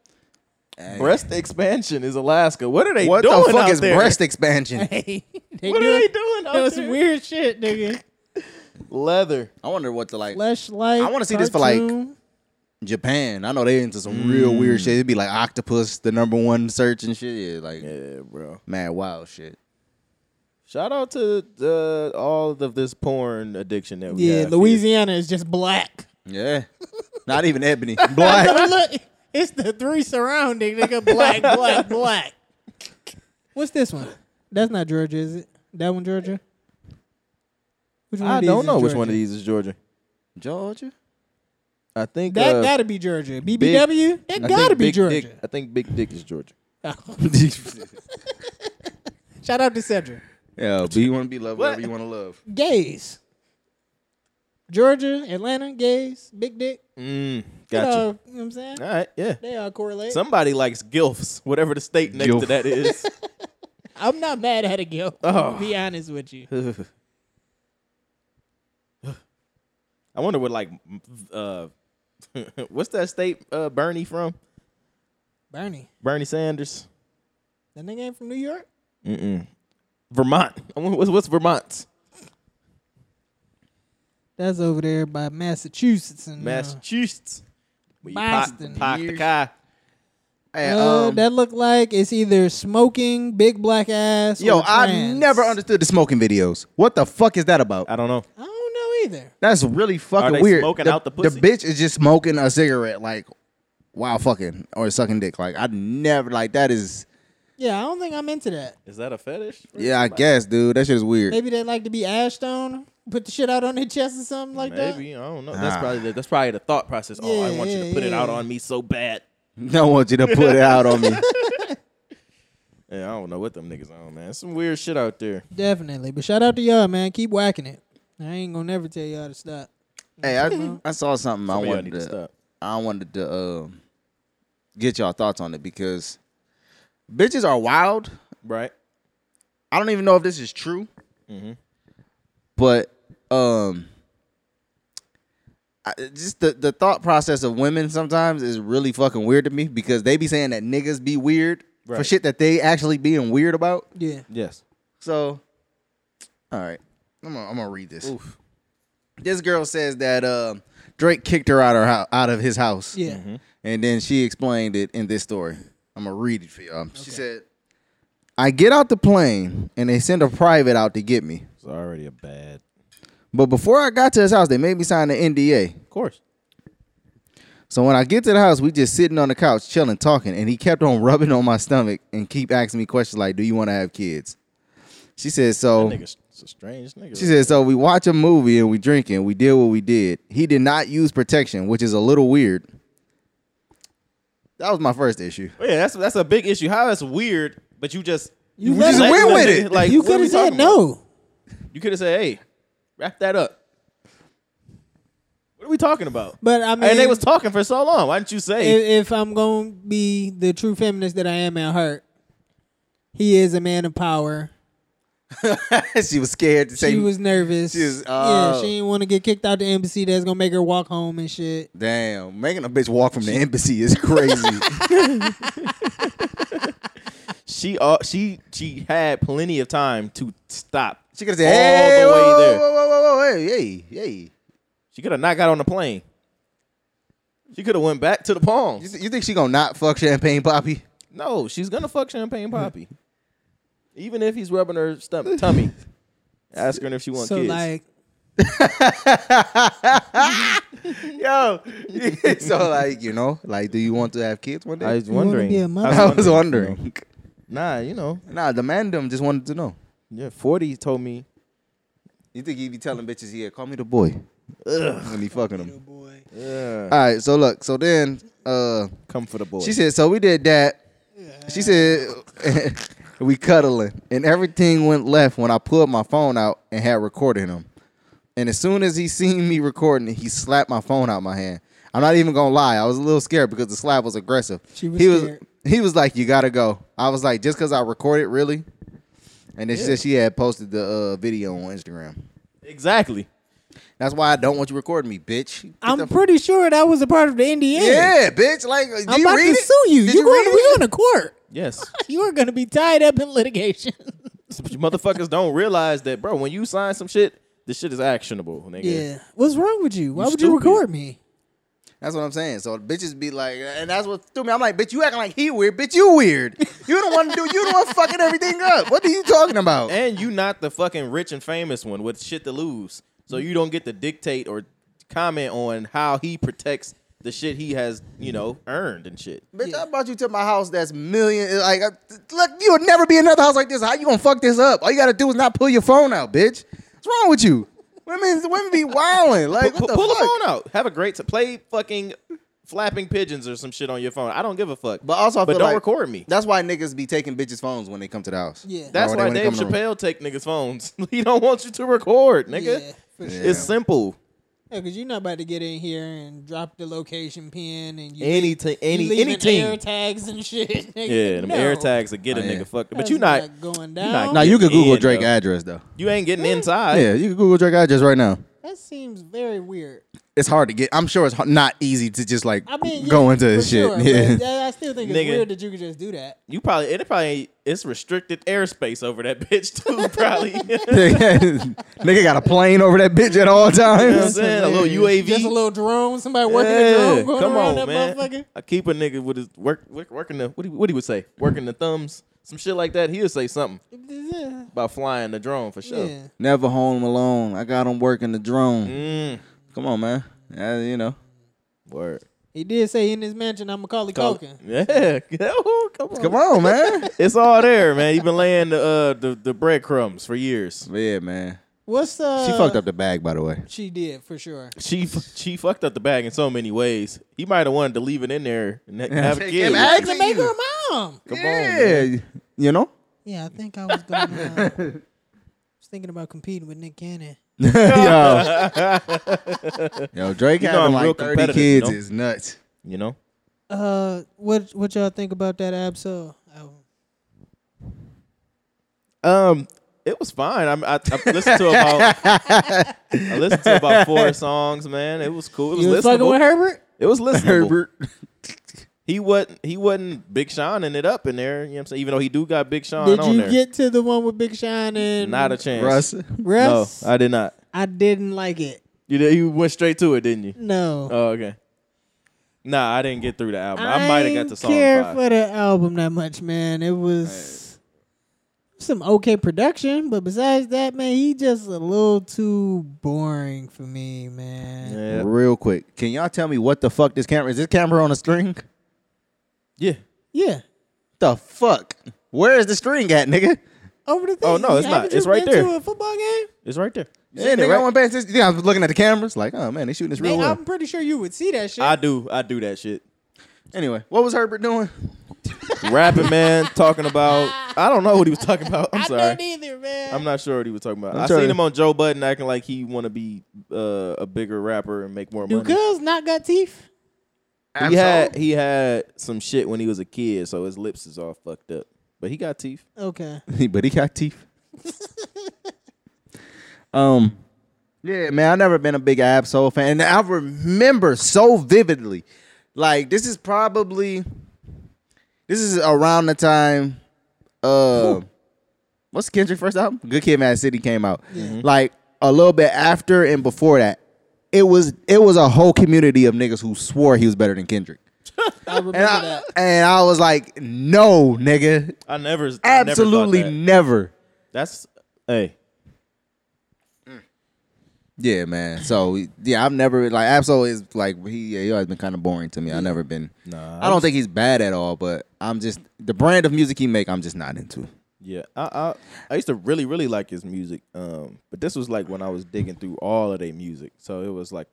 Speaker 1: Breast expansion is Alaska. What are they
Speaker 3: What
Speaker 1: doing
Speaker 3: the fuck
Speaker 1: out
Speaker 3: is
Speaker 1: there?
Speaker 3: breast expansion?
Speaker 2: Hey, they
Speaker 1: What
Speaker 2: do
Speaker 1: are they
Speaker 2: it-
Speaker 1: doing out
Speaker 2: That was
Speaker 1: there?
Speaker 2: weird shit, nigga.
Speaker 1: Leather.
Speaker 3: I wonder what to like.
Speaker 2: Fleshlight.
Speaker 3: I wanna see this for, like,
Speaker 2: cartoon.
Speaker 3: Japan. I know they into some real
Speaker 1: Mm.
Speaker 3: weird shit. It'd be like octopus, the number one search and shit. Yeah, like
Speaker 1: Yeah, bro.
Speaker 3: mad wild shit.
Speaker 1: Shout out to the, all of this porn addiction that we
Speaker 2: Yeah,
Speaker 1: have.
Speaker 2: Louisiana is just black.
Speaker 3: Yeah, not even ebony, black.
Speaker 2: But look, it's the three surrounding nigga. Black, black, black. What's this one? That's not Georgia, is it? That one, Georgia. Which
Speaker 1: Here.
Speaker 2: of
Speaker 1: I
Speaker 2: these
Speaker 1: don't
Speaker 2: is
Speaker 1: know which one
Speaker 2: Georgia?
Speaker 1: of these is Georgia.
Speaker 3: Georgia.
Speaker 1: I think
Speaker 2: That
Speaker 1: uh,
Speaker 2: gotta be Georgia. BBW.
Speaker 1: I
Speaker 2: that
Speaker 1: think
Speaker 2: gotta be
Speaker 1: Big Dick-
Speaker 2: Georgia.
Speaker 1: I think Big Dick is Georgia.
Speaker 2: Shout out to Cedric.
Speaker 3: yeah, but you want to be loved
Speaker 1: What?
Speaker 3: whatever you want to love.
Speaker 2: Gays. Georgia, Atlanta, gays, big dick.
Speaker 1: Mm,
Speaker 2: They
Speaker 1: gotcha.
Speaker 2: all- you know what I'm saying?
Speaker 1: All right, yeah.
Speaker 2: They all correlate.
Speaker 1: Somebody likes gilfs, whatever the state next to
Speaker 3: Gilf.
Speaker 1: that is.
Speaker 2: I'm not mad at a guilt.
Speaker 1: Oh.
Speaker 2: Be honest with you.
Speaker 1: I wonder what like m- uh, what's that state uh, Bernie from?
Speaker 2: Bernie.
Speaker 1: Bernie Sanders,
Speaker 2: That nigga ain't from New York?
Speaker 1: Vermont. I wonder what's, what's Vermont's?
Speaker 2: That's over there by Massachusetts and uh,
Speaker 1: Massachusetts. Where you
Speaker 2: Boston.
Speaker 1: Park, park the
Speaker 3: Years.
Speaker 1: car.
Speaker 3: Hey,
Speaker 2: uh,
Speaker 3: um,
Speaker 2: that look like it's either smoking, big black ass.
Speaker 3: yo,
Speaker 2: or
Speaker 3: I
Speaker 2: trans.
Speaker 3: never understood the smoking videos. What the fuck is that about?
Speaker 1: I don't know.
Speaker 2: I don't know either.
Speaker 3: That's really fucking
Speaker 1: they
Speaker 3: weird.
Speaker 1: smoking
Speaker 3: the,
Speaker 1: out the pussy?
Speaker 3: bitch is just smoking a cigarette, like while fucking or sucking dick. Like I never like that is.
Speaker 2: Yeah, I don't think I'm into that.
Speaker 1: Is that a fetish?
Speaker 3: Yeah, I guess, dude. That shit is weird.
Speaker 2: Maybe they like to be ashed on, put the shit out on their chest or something like that.
Speaker 1: Maybe I don't know. That's
Speaker 3: Ah.
Speaker 1: probably the, that's probably the thought process. Oh, I
Speaker 2: Yeah,
Speaker 1: want you
Speaker 2: yeah,
Speaker 1: to put it out
Speaker 2: yeah.
Speaker 1: on me so bad.
Speaker 3: Don't want you to put it out on me.
Speaker 1: Yeah, I don't know what them niggas on, man. Some weird shit out there.
Speaker 2: Definitely. But shout out to y'all, man. Keep whacking it. I ain't gonna never tell y'all to stop.
Speaker 3: hey, I, I saw something
Speaker 1: Some of
Speaker 3: I
Speaker 1: y'all
Speaker 3: wanted
Speaker 1: need
Speaker 3: to.
Speaker 1: to stop.
Speaker 3: I wanted to um, get y'all thoughts on it because bitches are wild.
Speaker 1: Right?
Speaker 3: I don't even know if this is true, but um, I, just the the thought process of women sometimes is really fucking weird to me because they be saying that niggas be weird for
Speaker 1: Right.
Speaker 3: shit that they actually being weird about.
Speaker 2: Yeah.
Speaker 1: Yes.
Speaker 3: So, all right, I'm gonna, I'm gonna read this. This girl says that um, Drake kicked her out her hou- out of his house.
Speaker 2: Yeah.
Speaker 3: Mm-hmm. And then she explained it in this story. I'm gonna read it for y'all. She said, "I get out the plane and they send a private out to get me.
Speaker 1: It's already a bad.
Speaker 3: But before I got to his house, they made me sign an NDA.
Speaker 1: Of course.
Speaker 3: So when I get to the house, we just sitting on the couch, chilling, talking, and he kept on rubbing on my stomach and keep asking me questions like, "Do you want to have kids?" She said, "So."
Speaker 1: Niggas, it's a strange nigga.
Speaker 3: She said, "So we watch a movie and we drink and we did what we did. He did not use protection, which is a little weird." That was my first issue.
Speaker 1: Well, yeah, that's that's a big issue. How that's weird, but you just
Speaker 2: You
Speaker 1: we
Speaker 2: let
Speaker 3: just
Speaker 1: let
Speaker 3: went
Speaker 1: them
Speaker 3: with
Speaker 1: nigga-
Speaker 3: it.
Speaker 1: Like
Speaker 2: you
Speaker 1: what
Speaker 2: could
Speaker 1: we
Speaker 2: have said
Speaker 1: talking about?
Speaker 2: no.
Speaker 1: You could have said, "Hey, wrap that up." What What are we talking about?
Speaker 2: But I mean,
Speaker 1: and they was talking for so long. Why didn't you
Speaker 2: i-
Speaker 1: say?
Speaker 2: if, I'm gonna be the true feminist that I am at heart, he is a man of power.
Speaker 3: she was scared to say.
Speaker 2: She was nervous.
Speaker 3: she was-
Speaker 2: yeah,
Speaker 3: oh.
Speaker 2: she didn't want to get kicked out the embassy. That's gonna make her walk home and shit.
Speaker 3: Damn, making a bitch walk from the embassy is crazy.
Speaker 1: she uh, she she had plenty of time to stop.
Speaker 3: she could have said, "Hey,
Speaker 1: All the
Speaker 3: whoa,
Speaker 1: way
Speaker 3: whoa,
Speaker 1: there.
Speaker 3: whoa, whoa, whoa, whoa, hey, hey, hey."
Speaker 1: She could have not got on the plane. She could have went back to the
Speaker 3: You,
Speaker 1: palms.
Speaker 3: th- you think she gonna not fuck Champagne Poppy?
Speaker 1: No, she's gonna fuck Champagne Poppy, even if he's rubbing her stum- tummy, asking her if she wants
Speaker 2: so
Speaker 1: kids.
Speaker 2: like,
Speaker 3: Yo, so like you know, like, do you want to have kids one
Speaker 1: I
Speaker 3: day?
Speaker 1: was
Speaker 2: You wanna
Speaker 1: wondering.
Speaker 2: be a mother?
Speaker 3: I, was wondering.
Speaker 1: Nah, you know,
Speaker 3: Nah, the mandem just wanted to know.
Speaker 1: yeah. Forty told me
Speaker 3: You think he be telling bitches, "Yeah, call me the boy," Ugh. when he fucking them.
Speaker 2: boy,
Speaker 1: Yeah.
Speaker 3: All right, so look, so then uh,
Speaker 1: Come for the boy.
Speaker 3: she said, so we did that. She said we cuddling, and everything went left when I pulled my phone out and had recorded him. And as soon as he seen me recording, he slapped my phone out my hand. I'm not even gonna lie, I was a little scared because the slap was aggressive.
Speaker 2: She was
Speaker 3: he was
Speaker 2: scared.
Speaker 3: he was like, "You gotta go." I was like, "Just because I recorded, really?" And then she
Speaker 1: Yeah.
Speaker 3: said she had posted the uh, video on Instagram.
Speaker 1: exactly.
Speaker 3: That's why I don't want you recording me, bitch. Get the
Speaker 2: I'm pretty sure that was a part of the NDA.
Speaker 3: Yeah, bitch. Like, did
Speaker 2: I'm
Speaker 3: you
Speaker 2: about
Speaker 3: read
Speaker 2: to
Speaker 3: it?
Speaker 2: sue you.
Speaker 3: Did
Speaker 2: you going?
Speaker 3: read
Speaker 2: We
Speaker 3: it?
Speaker 2: going to court.
Speaker 1: Yes.
Speaker 2: You are going to be tied up in litigation.
Speaker 1: But you motherfuckers don't realize that, bro. When you sign some shit, this shit is actionable, nigga.
Speaker 2: yeah. What's wrong with you? Why
Speaker 1: You
Speaker 2: would you
Speaker 1: stupid.
Speaker 2: record me?
Speaker 3: That's what I'm saying. So bitches be like, and that's what threw me. I'm like, bitch, you acting like he weird. Bitch, you weird. You don't want to do. You don't want fucking everything up. What are you talking about?
Speaker 1: And you not the fucking rich and famous one with shit to lose, so you don't get to dictate or comment on how he protects the shit he has, you know, earned and shit.
Speaker 3: bitch, I brought you to my house. That's million. Like, I, look, you'll never be in another house like this. How you gonna fuck this up? All you gotta do is not pull your phone out, bitch. What's wrong with you? Women, women be wilding. Like,
Speaker 1: Pu-
Speaker 3: what the
Speaker 1: pull
Speaker 3: fuck?
Speaker 1: the phone out. Have a great t- play fucking flapping pigeons or some shit on your phone. I don't give a fuck.
Speaker 3: But also, I
Speaker 1: but
Speaker 3: feel
Speaker 1: don't
Speaker 3: like
Speaker 1: record me.
Speaker 3: That's why niggas be taking bitches' phones when they come to the house.
Speaker 2: Yeah.
Speaker 1: That's
Speaker 3: Or
Speaker 1: why
Speaker 3: when they
Speaker 1: Dave
Speaker 3: come to the room.
Speaker 1: Chappelle take niggas' phones. he don't want you to record, nigga.
Speaker 2: Yeah, for
Speaker 3: Yeah.
Speaker 2: sure.
Speaker 1: It's simple.
Speaker 2: Because you're not about to get in here and drop the location pin and you
Speaker 1: Any
Speaker 2: leave-
Speaker 1: t-
Speaker 2: you
Speaker 1: any
Speaker 2: leaving
Speaker 1: any team.
Speaker 2: air tags and shit. nigga.
Speaker 1: Yeah, them
Speaker 2: No.
Speaker 1: air tags that get a
Speaker 3: Oh, yeah.
Speaker 1: nigga fucked. But
Speaker 2: That's
Speaker 1: you not,
Speaker 2: going
Speaker 1: you
Speaker 2: down.
Speaker 1: not
Speaker 3: Now you can
Speaker 1: getting
Speaker 3: Google
Speaker 1: in,
Speaker 3: Drake
Speaker 1: though.
Speaker 3: address though.
Speaker 1: you ain't getting inside.
Speaker 3: yeah, you can Google Drake address right now.
Speaker 2: that seems very weird.
Speaker 3: It's hard to get. I'm sure it's h- not easy to just like
Speaker 2: I mean, yeah,
Speaker 3: go into
Speaker 2: for
Speaker 3: this shit.
Speaker 2: sure,
Speaker 3: yeah.
Speaker 2: but I I still think it's
Speaker 1: Nigga.
Speaker 2: weird that you could just do that.
Speaker 1: You probably it probably it's restricted airspace over that bitch too. Probably. you know what
Speaker 3: Nigga got a plane over that bitch at all
Speaker 1: I'm
Speaker 3: times.
Speaker 1: saying? A little UAV.
Speaker 2: Hilarious. Just a little drone. Somebody working a
Speaker 1: Yeah,
Speaker 2: drone going
Speaker 1: Come
Speaker 2: around
Speaker 1: on,
Speaker 2: that
Speaker 1: man.
Speaker 2: motherfucker.
Speaker 1: I keep a nigga with his work, work working the what he what he would say working the thumbs some shit like that. He'll say something
Speaker 2: Yeah.
Speaker 1: about flying the drone for sure.
Speaker 2: Yeah.
Speaker 3: Never home alone. I got him working the drone.
Speaker 1: Mm.
Speaker 3: Come on, man. Uh, you know,
Speaker 1: Word.
Speaker 2: He did say in his mansion, I'm Macaulay
Speaker 1: Call-
Speaker 2: Culkin.
Speaker 1: Yeah. Ooh, come on.
Speaker 3: come on, man.
Speaker 1: It's all there, man. You've been laying the uh, the, the breadcrumbs for years.
Speaker 3: But yeah, man.
Speaker 2: What's uh?
Speaker 3: She fucked up the bag, by the way.
Speaker 2: She did for sure.
Speaker 1: She fu- she fucked up the bag in so many ways. He might have wanted to leave it in there and ha- have a
Speaker 3: Take
Speaker 1: kid.
Speaker 3: him out.
Speaker 2: To make her a mom.
Speaker 1: Come on,
Speaker 3: yeah,
Speaker 1: man.
Speaker 3: you know.
Speaker 2: Yeah, I think I was going. Uh, I was thinking about competing with Nick Cannon.
Speaker 3: yo, yo, Drake
Speaker 1: You know I'm
Speaker 3: having
Speaker 1: real
Speaker 3: like 30
Speaker 1: competitive,
Speaker 3: kids
Speaker 1: you know?
Speaker 3: is nuts.
Speaker 1: You know.
Speaker 2: Uh, what what y'all think about that Oh. Absol album?
Speaker 1: Um, it was fine. I'm, I, I listened to about I listened to about four songs, man. It was cool. It was,
Speaker 2: You was fucking
Speaker 1: listenable.
Speaker 2: with Herbert?
Speaker 1: It was listenable.
Speaker 3: Herbert.
Speaker 1: He wasn't he wasn't Big Sean in it up in there. You know what I'm saying? Even though he do got Big Sean
Speaker 2: Did
Speaker 1: on
Speaker 2: you
Speaker 1: there.
Speaker 2: get to the one with Big Sean and
Speaker 1: Not a chance.
Speaker 3: Russ.
Speaker 2: Russ?
Speaker 1: No, I did not.
Speaker 2: I, didn't like it.
Speaker 1: You did, you went straight to it, didn't you?
Speaker 2: No,
Speaker 1: Oh, okay. Nah, I didn't get through the album. I, might have got
Speaker 2: ain't
Speaker 1: to song
Speaker 2: care
Speaker 1: five.
Speaker 2: for the album that much, man. It was some okay production, but besides that, man, he just a little too boring for me, man.
Speaker 1: Yeah.
Speaker 3: Real quick, can y'all tell me what the fuck this camera is? This camera on a string?
Speaker 1: yeah.
Speaker 2: Yeah,
Speaker 3: The fuck? Where is the string at, nigga?
Speaker 2: over the thing.
Speaker 1: Oh, no, it's not.
Speaker 2: Haven't you
Speaker 1: It's right
Speaker 2: been
Speaker 1: there.
Speaker 2: To a football game?
Speaker 1: It's right there. You
Speaker 3: Yeah,
Speaker 1: seen it,
Speaker 3: nigga,
Speaker 1: right?
Speaker 3: I wasn't paying attention. Yeah, I was looking at the cameras, like, oh man, they shooting this real
Speaker 2: Man,
Speaker 3: well.
Speaker 2: I'm pretty sure you would see that shit.
Speaker 1: I do. I do that shit.
Speaker 3: Anyway, what was Herbert doing?
Speaker 1: rapping man talking about I don't know what he was talking about. I'm
Speaker 2: I
Speaker 1: sorry.
Speaker 2: don't either, man.
Speaker 1: I'm not sure what he was talking about.
Speaker 3: I'm
Speaker 1: i
Speaker 3: trying
Speaker 1: seen
Speaker 3: to-
Speaker 1: him on Joe Budden acting like he want to be uh, a bigger rapper and make more
Speaker 2: Do
Speaker 1: money.
Speaker 2: girls not got teeth?
Speaker 1: He had he had some shit when he was a kid, so his lips is all fucked up. But he got teeth.
Speaker 2: Okay.
Speaker 3: but he got teeth. um, yeah, man, I've never been a big Absol fan, and I remember so vividly. Like this is probably this is around the time uh what's Kendrick's first album? Good Kid, Mad City came out. Like a little bit after and before that, it was it was a whole community of niggas who swore he was better than Kendrick.
Speaker 2: I remember
Speaker 3: And I,
Speaker 2: that.
Speaker 3: and I was like, no, nigga,
Speaker 1: I never I never thought
Speaker 3: absolutely
Speaker 1: that.
Speaker 3: never.
Speaker 1: That's hey.
Speaker 3: Yeah, man. So yeah, I've never like Absol is like he yeah, he always been kind of boring to me. I've never been.
Speaker 1: Nah,
Speaker 3: I don't think he's bad at all, but I'm just the brand of music he make. I'm just not into.
Speaker 1: Yeah, I, I I used to really really like his music, um, but this was like when I was digging through all of their music, so it was like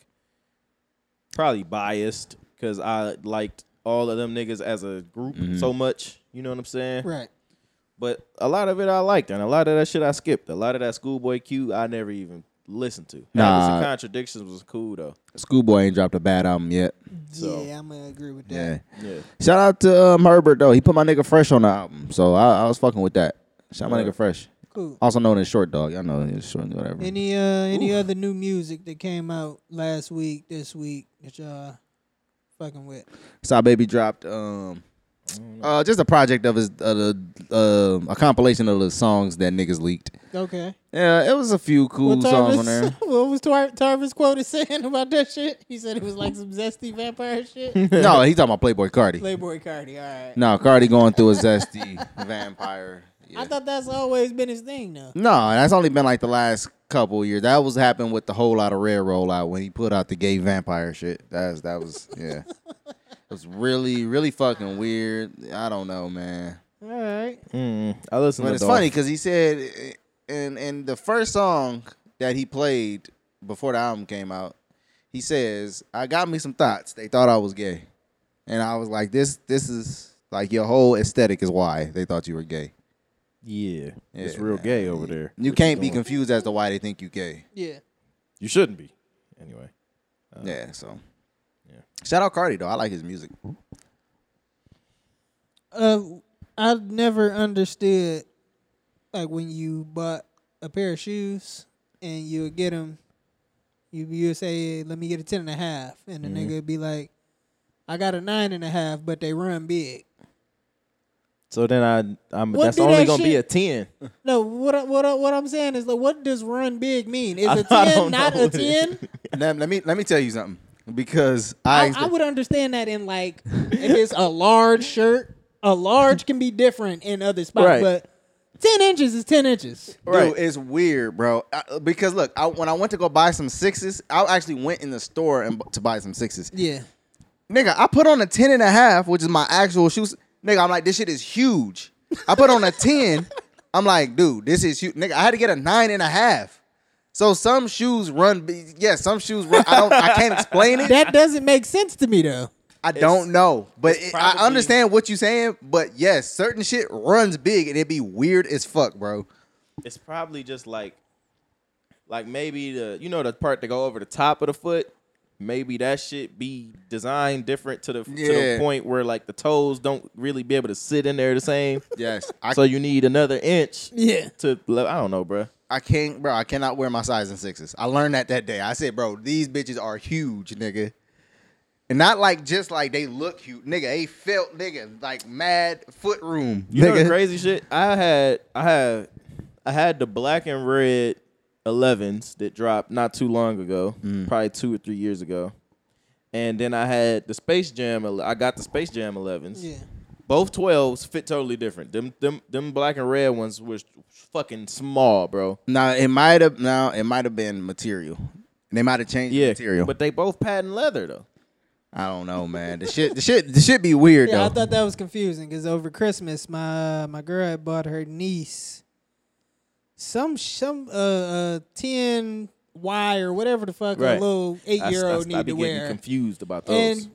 Speaker 1: probably biased because I liked all of them niggas as a group so much. You know what I'm saying?
Speaker 2: Right.
Speaker 1: But a lot of it I liked, and a lot of that shit I skipped. A lot of that Schoolboy Q I never even listened to. Habits and
Speaker 3: Nah.
Speaker 1: Contradictions was cool though.
Speaker 3: Schoolboy ain't dropped a bad album yet.
Speaker 1: So-
Speaker 2: yeah, I'm gonna agree with that.
Speaker 3: Yeah.
Speaker 1: Yeah,
Speaker 3: Shout out to um, Herbert though. He put my nigga Fresh on the album, so I, I was fucking with that. Shout out my
Speaker 1: Yeah.
Speaker 3: nigga Fresh,
Speaker 2: Cool.
Speaker 3: also known as Short Dog. Y'all know it's Short whatever.
Speaker 2: Any uh any other new music that came out last week, this week that y'all fucking with?
Speaker 3: Saw Baby dropped um uh just a project of his uh, the uh, a compilation of the songs that niggas leaked.
Speaker 2: Okay.
Speaker 3: Yeah, it was a few cool songs on there.
Speaker 2: what was Tar- Tarvis quoted saying about that shit? He said it was like some zesty vampire shit.
Speaker 3: no, he's talking about Playboy Cardi.
Speaker 2: Playboy Cardi, all right.
Speaker 3: no, Cardi going through a zesty vampire.
Speaker 2: I
Speaker 3: Yeah.
Speaker 2: thought that's always been his thing though.
Speaker 3: No, that's only been like the last couple years. That was happened with the whole lot of red rollout when he put out the gay vampire shit. That's that was yeah. it was really really fucking weird. I don't know, man.
Speaker 2: All right.
Speaker 1: mm, I listened.
Speaker 3: But
Speaker 1: to
Speaker 3: it's
Speaker 1: Dolph.
Speaker 3: funny because he said eh, in in the first song that he played before the album came out, he says, "I got me some thoughts. They thought I was gay," and I was like, "This this is like your whole aesthetic is why they thought you were gay.
Speaker 1: Yeah, it's
Speaker 3: Yeah,
Speaker 1: real
Speaker 3: man.
Speaker 1: gay over there.
Speaker 3: You can't be confused as to why they think you gay."
Speaker 2: Yeah.
Speaker 1: You shouldn't be. Anyway,
Speaker 3: yeah, so.
Speaker 1: Uh, Yeah.
Speaker 3: Shout out Cardi though. I like his music.
Speaker 2: Uh, I never understood like when you bought a pair of shoes and you would get them, you you would say, "Let me get a ten and a half," and the
Speaker 1: Mm-hmm.
Speaker 2: nigga would be like, "I got a nine and a half, but they run big."
Speaker 1: so then I I'm
Speaker 2: What
Speaker 1: that's
Speaker 2: do
Speaker 1: only
Speaker 2: that
Speaker 1: gonna be
Speaker 2: shit-
Speaker 1: a ten.
Speaker 2: No, what I- what I- what I'm saying is like, what does run big mean? Is
Speaker 1: I
Speaker 2: a
Speaker 1: don't- I
Speaker 2: ten
Speaker 1: don't
Speaker 2: not
Speaker 1: know
Speaker 2: a
Speaker 1: what it
Speaker 2: ten?
Speaker 3: Let, let me let me tell you something because I,
Speaker 2: I, I would understand that in like if it's a large shirt, a large can be different in other spots,
Speaker 1: Right.
Speaker 2: but ten inches is ten inches.
Speaker 1: Right.
Speaker 3: Dude, it's weird, bro. I, because look, I, when I went to go buy some sixes, I actually went in the store and bu- to buy some sixes.
Speaker 2: Yeah.
Speaker 3: Nigga, I put on a 10 and a half, which is my actual shoes. Nigga, I'm like, this shit is huge. I put on a 10. I'm like, dude, this is huge. Nigga, I had to get a nine and a half. So some shoes run. b- Yeah, some shoes run. I don't. I can't explain it.
Speaker 2: that doesn't make sense to me though.
Speaker 3: I don't know, but it,
Speaker 1: probably-
Speaker 3: I understand what you're saying. But yes, certain shit runs big and it be weird as fuck, bro.
Speaker 1: it's probably just like like maybe the you know the part that go over the top of the foot maybe that shit be designed different to the to the
Speaker 3: Yeah.
Speaker 1: point where like the toes don't really be able to sit in there the same
Speaker 3: Yes, I,
Speaker 1: so you need another inch
Speaker 2: Yeah.
Speaker 1: to le- i don't know bruh.
Speaker 3: I can't, bro. I cannot wear my size in sixes. I learned that that day. I said, bro, these bitches are huge, nigga, and not like just like they look huge, nigga. They felt, nigga, like mad foot room,
Speaker 1: you know
Speaker 3: nigga.
Speaker 1: the crazy shit i had i had i had the black and red 11s that dropped not too long ago
Speaker 3: Mm.
Speaker 1: probably two or three years ago and then i had the space jam ele- i got the space jam 11s
Speaker 2: Yeah.
Speaker 1: Both twelves fit totally different. Them them them black and red ones was fucking small, bro.
Speaker 3: Now it might have, now it might have been material. They might have changed
Speaker 1: Yeah,
Speaker 3: the material.
Speaker 1: But they both patent leather though.
Speaker 3: I don't know, man. The shit, the shit, the shit be weird
Speaker 2: Yeah, I
Speaker 3: though.
Speaker 2: thought that was confusing because over Christmas, my my girl had bought her niece some some uh, uh ten Y or whatever the fuck
Speaker 1: Right.
Speaker 2: a little eight
Speaker 1: I,
Speaker 2: year
Speaker 1: I,
Speaker 2: old
Speaker 1: I
Speaker 2: need
Speaker 1: be
Speaker 2: to
Speaker 1: getting
Speaker 2: wear,
Speaker 1: confused about those.
Speaker 2: and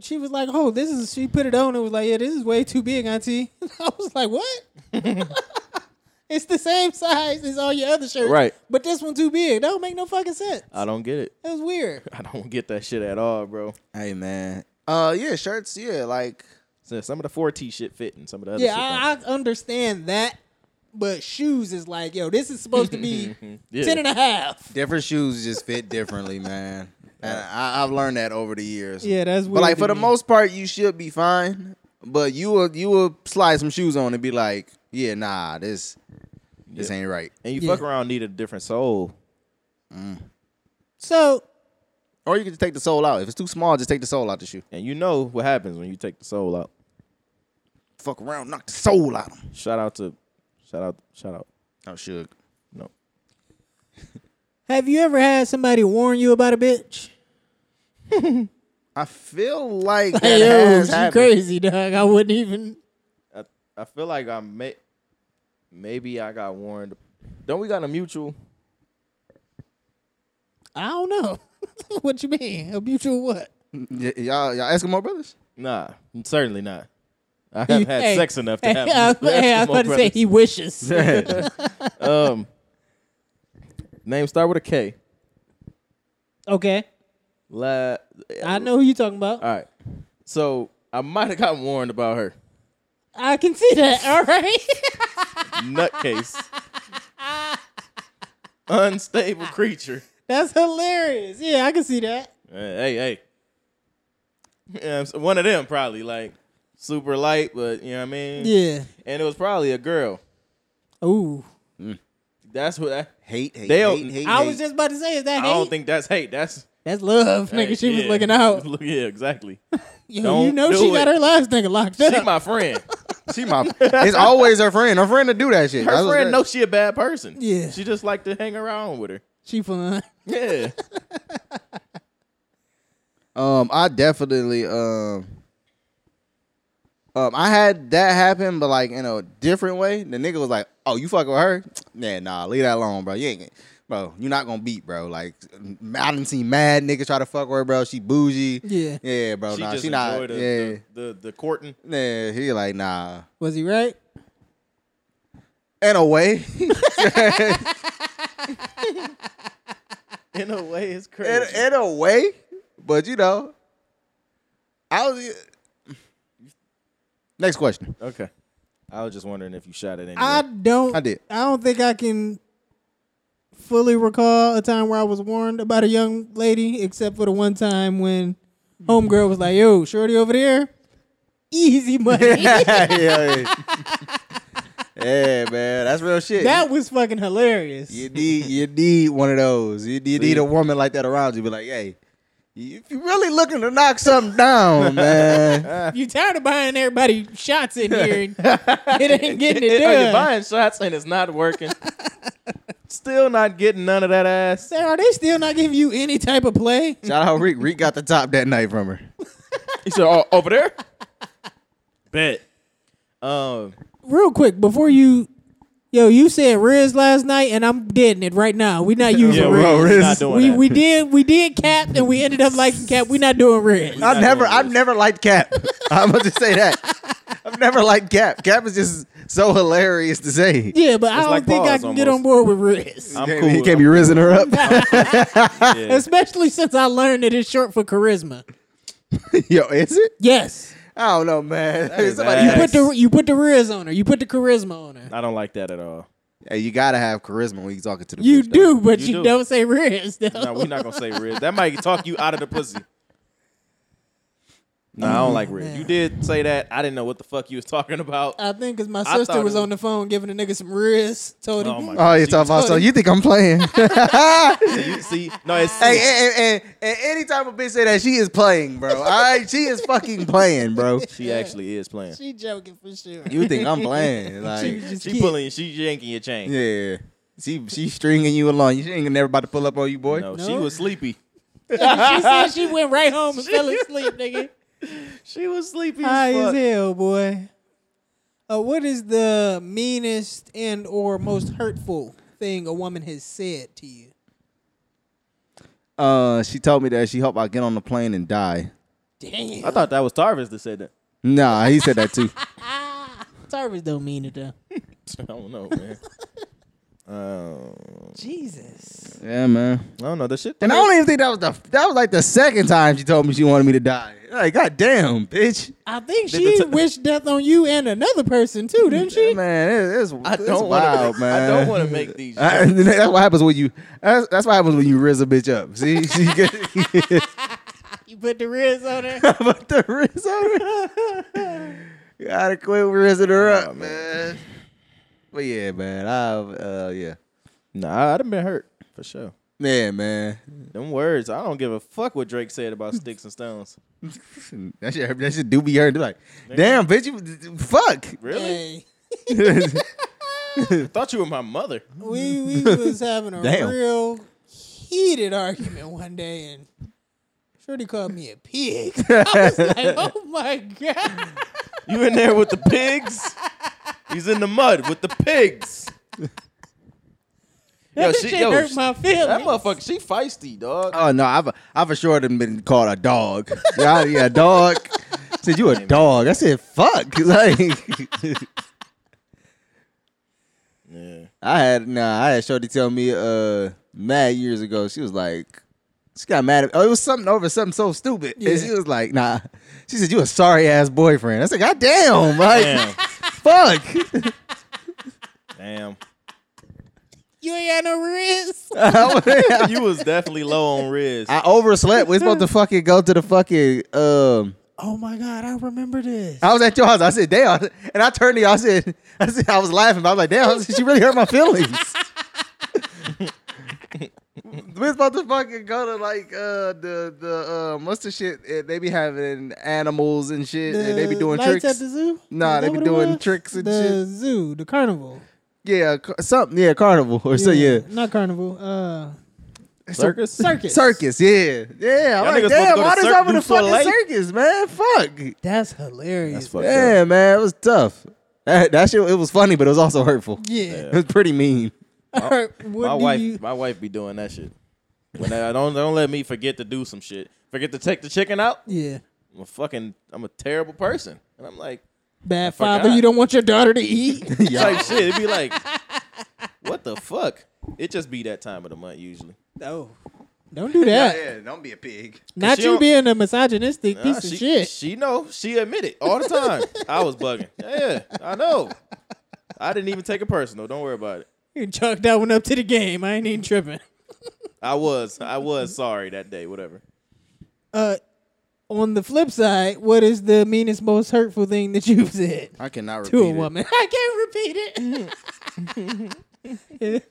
Speaker 2: she was like, "Oh, this is." She put it on and was like, "Yeah, this is way too big, auntie." I was like, "What?" it's the same size as all your other shirts,
Speaker 1: Right.
Speaker 2: But this one too big. That don't make no fucking sense.
Speaker 1: I don't get it.
Speaker 2: That was weird.
Speaker 1: I don't get that shit at all, bro.
Speaker 3: Hey man. Uh yeah, shirts, yeah, like
Speaker 1: So some of the 4T shit fit and some of the other
Speaker 2: yeah,
Speaker 1: shit.
Speaker 2: I, I understand that, but shoes is like, yo, this is supposed to be
Speaker 1: Yeah.
Speaker 2: ten and a half.
Speaker 3: different shoes just fit differently, man. And I, I've learned that over the years.
Speaker 2: Yeah, that's weird.
Speaker 3: But like
Speaker 2: to
Speaker 3: for the
Speaker 2: me.
Speaker 3: most part, you should be fine. But you will you will slide some shoes on and be like, yeah, nah, this this
Speaker 1: Yeah.
Speaker 3: ain't right.
Speaker 1: and you
Speaker 2: Yeah.
Speaker 1: fuck around need a different soul.
Speaker 2: So
Speaker 3: Or you can just take the sole out. If it's too small, just take the sole out the shoe.
Speaker 1: And you know what happens when you take the soul out.
Speaker 3: Fuck around, knock the sole out.
Speaker 1: Shout out to shout out shout out.
Speaker 3: Oh shook.
Speaker 1: No.
Speaker 2: Have you ever had somebody warn you about a bitch?
Speaker 3: I feel like that
Speaker 2: Hey, yo,
Speaker 3: has
Speaker 2: she
Speaker 3: happened.
Speaker 2: crazy, dog. I wouldn't even.
Speaker 1: I, I feel like I may maybe I got warned. Don't we got a mutual?
Speaker 2: I don't know. what you mean? A mutual what?
Speaker 3: Y- y'all, y'all Eskimo brothers.
Speaker 1: Nah, certainly not. I haven't had
Speaker 2: Hey,
Speaker 1: sex enough to
Speaker 2: Hey,
Speaker 1: have.
Speaker 2: I, hey, I was
Speaker 1: Eskimo
Speaker 2: about to say he wishes.
Speaker 1: brothers. um, name start with a K.
Speaker 2: okay,
Speaker 1: La-
Speaker 2: I know who you talking about.
Speaker 1: All right, so I might have gotten warned about her
Speaker 2: I can see that. All right.
Speaker 1: nutcase, unstable creature.
Speaker 2: That's hilarious. Yeah, I can see that.
Speaker 1: Uh, Hey, hey, yeah, it's one of them probably like super light, but you know what I mean.
Speaker 2: Yeah.
Speaker 1: and it was probably a girl.
Speaker 2: Ooh.
Speaker 1: That's what I,
Speaker 3: Hate, hate,
Speaker 1: They'll-
Speaker 3: hate, hate.
Speaker 2: I
Speaker 3: hate.
Speaker 2: was just about to say, is that
Speaker 1: I
Speaker 2: hate?
Speaker 1: don't think that's hate. That's
Speaker 2: That's love,
Speaker 1: hey,
Speaker 2: nigga. She was
Speaker 1: yeah.
Speaker 2: looking out.
Speaker 1: Look, yeah, exactly.
Speaker 2: Yo,
Speaker 1: Don't
Speaker 2: you know
Speaker 1: do
Speaker 2: she got
Speaker 1: it.
Speaker 2: her last nigga locked
Speaker 1: She
Speaker 2: up.
Speaker 1: my friend.
Speaker 3: she my. It's always her friend. Her friend to do that shit.
Speaker 1: Her
Speaker 3: That's what's
Speaker 1: friend
Speaker 3: great.
Speaker 1: knows she a bad person.
Speaker 2: Yeah. Oh,
Speaker 1: she just like to hang around with her.
Speaker 2: she fun.
Speaker 1: Yeah,
Speaker 3: Um, I definitely um, um, I had that happen, but like in a different way. The nigga was like, "Oh, you fuck with her? Yeah, nah, leave that alone, bro. You ain't, gonna- bro, you not gonna beat, bro. Like, I didn't see mad niggas try to fuck with her, bro. She bougie.
Speaker 2: Yeah.
Speaker 3: yeah, bro.
Speaker 1: she
Speaker 3: nah,
Speaker 1: just
Speaker 3: she
Speaker 1: enjoyed
Speaker 3: not.
Speaker 1: the,
Speaker 3: yeah,
Speaker 1: the, the the courting.
Speaker 3: yeah. He like, nah.
Speaker 2: Was he right?
Speaker 3: In a way,
Speaker 1: In a way, it's crazy.
Speaker 3: in, in a way, but you know, I was. Next question.
Speaker 1: okay, I was just wondering if you shot it. Anyway.
Speaker 2: I don't.
Speaker 3: I did.
Speaker 2: I don't think I can fully recall a time where I was warned about a young lady, except for the one time when homegirl was like, "Yo, shorty over there, easy money."
Speaker 3: yeah, yeah. yeah, man, that's real shit.
Speaker 2: that was fucking hilarious.
Speaker 3: you need you need one of those. You, you need
Speaker 1: See?
Speaker 3: a woman like that around you. Be like, hey, if you really looking to knock something down, man,
Speaker 2: You tired of buying everybody shots in here? And it ain't getting it
Speaker 1: Are you
Speaker 2: done.
Speaker 1: oh, buying shots and it's not working? Still not getting none of that ass.
Speaker 2: Sarah, are they still not giving you any type of play?
Speaker 3: shout out Reek. Reek got the top that night from her.
Speaker 1: He said, "Oh, over there." Bet. Um.
Speaker 2: Real quick before you. Yo, you said Riz last night, and I'm deading it right now. We're not using
Speaker 1: Yeah,
Speaker 2: Riz.
Speaker 1: we're, we're not doing
Speaker 2: we
Speaker 1: that.
Speaker 2: we did we did cap and we ended up liking cap. We not doing red.
Speaker 3: I
Speaker 1: not
Speaker 3: never,
Speaker 1: doing
Speaker 3: I
Speaker 1: this.
Speaker 3: never liked Cap. I'm gonna just say that. I've never liked Cap. Cap is just so hilarious to say.
Speaker 2: Yeah, but I don't
Speaker 1: like
Speaker 2: think I
Speaker 1: pause
Speaker 2: can get
Speaker 1: almost.
Speaker 2: on board with Riz,
Speaker 1: I'm
Speaker 3: He
Speaker 1: cool.
Speaker 3: can't- He can't be rising her up.
Speaker 1: Yeah.
Speaker 2: especially since I learned that it's short for charisma.
Speaker 3: Yo, is it?
Speaker 2: Yes,
Speaker 3: I don't know, man.
Speaker 1: is
Speaker 3: Somebody-
Speaker 2: you
Speaker 1: bad.
Speaker 2: put the you put the Riz on her. You put the charisma on her.
Speaker 1: I don't like that at all.
Speaker 3: Hey, you gotta have charisma when you talking to the.
Speaker 2: You
Speaker 3: bitch, though.
Speaker 2: do, but
Speaker 1: You
Speaker 2: you,
Speaker 1: do.
Speaker 2: do. not say Riz. Though.
Speaker 1: No, we're not gonna say Riz. That might talk you out of the pussy. No, I don't like Riz.
Speaker 2: man.
Speaker 1: You did say that. I didn't know what the fuck you was talking about.
Speaker 2: I think because my
Speaker 1: I
Speaker 2: sister
Speaker 1: thought it
Speaker 2: was
Speaker 1: was-
Speaker 2: on the phone giving a nigga some Riz. Told him,
Speaker 1: Oh my
Speaker 3: Oh,
Speaker 1: god.
Speaker 3: you're talking about so you think I'm playing?
Speaker 1: You see, no, it's
Speaker 3: Hey, and, and, and, and any type of bitch say that she is playing, bro. All right, she is fucking playing, bro.
Speaker 1: she actually is playing.
Speaker 2: she joking for sure.
Speaker 3: You think I'm playing?
Speaker 2: she
Speaker 3: Like,
Speaker 2: was just
Speaker 1: She
Speaker 2: kidding.
Speaker 1: pulling, she yanking your chain.
Speaker 3: yeah, she she stringing you along. She ain't never about to pull up on you, boy.
Speaker 1: No,
Speaker 2: No.
Speaker 1: she was sleepy.
Speaker 2: she said she went right home and fell asleep, nigga.
Speaker 1: She was sleepy.
Speaker 2: High
Speaker 1: As
Speaker 2: as
Speaker 1: fuck.
Speaker 2: hell, boy. Uh, what is the meanest and or most hurtful thing a woman has said to you?
Speaker 3: Uh, she told me that she hoped I get on the plane and die.
Speaker 2: Damn.
Speaker 1: I thought that was Tarvis that said that.
Speaker 3: Nah, he said that too.
Speaker 2: Service don't mean it though.
Speaker 1: I don't know, man. Um,
Speaker 2: Jesus.
Speaker 3: yeah, man.
Speaker 1: I don't know the shit.
Speaker 3: And I don't even think that was the that was like the second time she told me she wanted me to die. Like, goddamn, bitch.
Speaker 2: I think
Speaker 1: Did the
Speaker 2: she
Speaker 1: t-
Speaker 2: wished death on you and another person too, didn't she?
Speaker 3: Man, it- it's, it's
Speaker 1: I don't
Speaker 3: wild,
Speaker 1: want to.
Speaker 3: man.
Speaker 1: I don't want to make these.
Speaker 3: I- that's what happens when you. That's, that's what happens when you riz a bitch up. See, she get
Speaker 2: You put the ribs on her.
Speaker 3: but the riz on her. Gotta quit rizzing her up, man. But yeah, man. I uh yeah,
Speaker 1: nah, I'd have been hurt for sure.
Speaker 3: man, man.
Speaker 1: Them words, I don't give a fuck what Drake said about sticks and stones.
Speaker 3: That shit, that shit do be hurt. Like, damn, bitch, you fuck.
Speaker 1: Really?
Speaker 2: Hey,
Speaker 1: I thought you were my mother.
Speaker 2: we we was having a
Speaker 3: Damn.
Speaker 2: real heated argument one day, and Shorty called me a pig. I was like, oh my god.
Speaker 1: You in there with the pigs? He's in the mud with the pigs.
Speaker 2: That
Speaker 1: she-
Speaker 2: shit
Speaker 1: yo,
Speaker 2: hurt
Speaker 1: she-
Speaker 2: my feelings.
Speaker 1: That motherfucker, she feisty, dog.
Speaker 3: Oh no, I've I've for sure done been called a dog. yeah, yeah, dog. Said you a dog. I said fuck. Like,
Speaker 1: Yeah.
Speaker 3: I had nah, I had Shorty tell me uh mad years ago. She was like, she got mad at oh, it was something over something so stupid.
Speaker 2: Yeah.
Speaker 3: And she was like, nah. She said, You a sorry ass boyfriend. I said, God damn, like
Speaker 1: Damn.
Speaker 3: fuck.
Speaker 1: Damn.
Speaker 2: you ain't got no wrist.
Speaker 3: I
Speaker 1: You was definitely low on Riz.
Speaker 3: overslept. We're supposed to fucking go to the fucking um
Speaker 2: Oh my god, I remember this.
Speaker 3: I was at your house. I said, damn. And I turned to you. I said, I said, I was laughing. But I was like, damn, I said, she really hurt my feelings. we was about to fucking go to like uh, the the um, what's the shit? eh, They be having animals and shit, and they be
Speaker 2: The
Speaker 3: doing
Speaker 2: lights
Speaker 3: tricks.
Speaker 2: at the zoo.
Speaker 3: Nah,
Speaker 2: Is
Speaker 3: they
Speaker 2: that
Speaker 3: be
Speaker 2: what it
Speaker 3: doing
Speaker 2: was?
Speaker 3: tricks and
Speaker 2: the zoo, the carnival.
Speaker 3: yeah, car- something. Yeah, carnival or so. Yeah,
Speaker 2: not carnival. Uh,
Speaker 1: Circus?
Speaker 2: circus.
Speaker 3: circus. Yeah, yeah.
Speaker 1: Y'all
Speaker 3: I'm like,
Speaker 1: niggas supposed to
Speaker 3: damn,
Speaker 1: go to
Speaker 3: why does
Speaker 1: Cirque
Speaker 3: I'm in
Speaker 1: du
Speaker 3: the fucking
Speaker 1: Soleil?
Speaker 3: circus, man? Fuck.
Speaker 2: That's hilarious.
Speaker 1: That's fucked up.
Speaker 3: Yeah, man, it was tough. That, that shit, it was funny, but it was also hurtful.
Speaker 2: yeah.
Speaker 3: It was pretty mean.
Speaker 2: All right, what
Speaker 1: my
Speaker 2: do
Speaker 1: wife,
Speaker 2: you-
Speaker 1: my wife be doing that shit. When I don't don't let me forget to do some shit. Forget to take the chicken out.
Speaker 2: yeah.
Speaker 1: I'm a fucking, I'm a terrible person. And I'm like,
Speaker 2: Bad
Speaker 1: forgot.
Speaker 2: father, you don't want your daughter to eat.
Speaker 1: type shit. It'd be like, what the fuck? It just be that time of the month usually.
Speaker 2: no. Don't do that.
Speaker 3: don't be a pig.
Speaker 2: Not
Speaker 1: she
Speaker 2: you
Speaker 1: don't-
Speaker 2: being a misogynistic
Speaker 1: Nah,
Speaker 2: piece
Speaker 1: Ah, she,
Speaker 2: of shit.
Speaker 1: She know. She admit it all the time. I was bugging. Yeah, I know. I didn't even take it personal. Don't worry about it.
Speaker 2: you chalked that one up to the game. I ain't even tripping.
Speaker 1: I was. I was sorry that day. Whatever.
Speaker 2: Uh, on the flip side, what is the meanest, most hurtful thing that you've said
Speaker 3: I cannot repeat
Speaker 2: to a
Speaker 3: it.
Speaker 2: woman? I can't repeat it.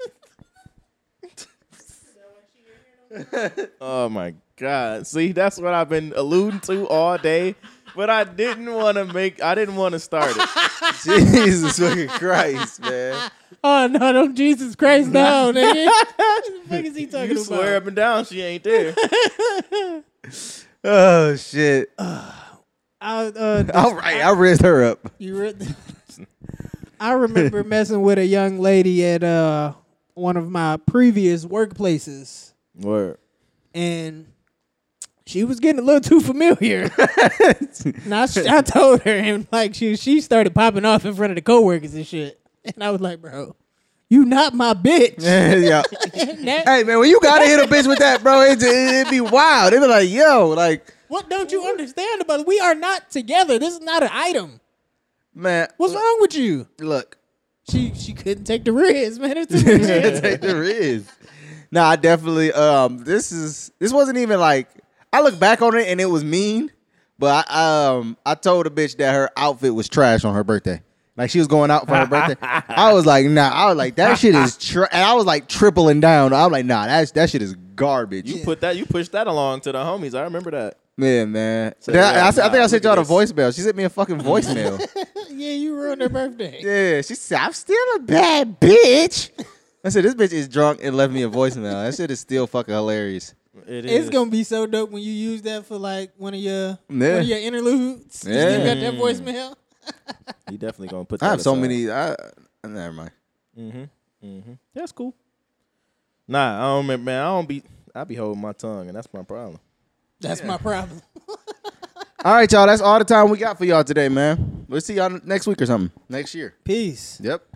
Speaker 1: Oh my god. See, that's what I've been alluding to all day. But I didn't want to make. I didn't want to start it.
Speaker 3: Jesus fucking Christ, man.
Speaker 2: oh no, don't Jesus Christ, no, nigga. what the fuck is he talking
Speaker 1: You
Speaker 2: about?
Speaker 1: swear up and down she ain't there.
Speaker 3: Oh shit.
Speaker 2: I, uh,
Speaker 3: All right, I raised her up.
Speaker 2: You re- I remember messing with a young lady at uh one of my previous workplaces,
Speaker 1: Word.
Speaker 2: and she was getting a little too familiar. and I, I told her, and like she she started popping off in front of the coworkers and shit, and I was like, bro. You not my bitch.
Speaker 3: yeah.
Speaker 2: And that-
Speaker 3: Hey man, when you gotta hit a bitch with that, bro, it it be wild. It be like, yo, like,
Speaker 2: what don't you understand about it? We are not together. This is not an item.
Speaker 3: man,
Speaker 2: What's wrong with you?
Speaker 3: look.
Speaker 2: She she couldn't take the risk, man. It's too much.
Speaker 3: Take the risk. Nah, I definitely um this is this wasn't even like I look back on it and it was mean, but I um I told a bitch that her outfit was trash on her birthday. Like she was going out for her birthday. I was like, nah, I was like, that shit is tra-. and I was like tripling down. I was like, nah, that's that shit is garbage.
Speaker 1: You put that. You pushed that along to the homies. I remember that.
Speaker 3: Yeah, man.
Speaker 1: So,
Speaker 3: Then I-
Speaker 1: yeah,
Speaker 3: I, said- I think
Speaker 1: nah,
Speaker 3: I sent
Speaker 1: look
Speaker 3: y'all
Speaker 1: at
Speaker 3: a voicemail. She sent me a fucking voicemail.
Speaker 2: yeah, you ruined her birthday.
Speaker 3: yeah, she said, I'm still a bad bitch. I said, this bitch is drunk and left me a voicemail. That shit is still fucking hilarious.
Speaker 1: It
Speaker 2: It's
Speaker 1: is.
Speaker 2: gonna be so dope when you use that for like one of your
Speaker 3: Yeah.
Speaker 2: one of your interludes. You
Speaker 3: Yeah.
Speaker 2: got that voicemail.
Speaker 1: You definitely gonna put. That
Speaker 3: I have so
Speaker 1: aside.
Speaker 3: many. I never mind.
Speaker 1: That's cool. Nah, I don't remember, man. I don't be. I be holding my tongue, and that's my problem.
Speaker 2: That's my problem.
Speaker 3: All right, y'all. That's all the time we got for y'all today, man. We'll see y'all next week or something. Next year.
Speaker 2: Peace.
Speaker 3: Yep.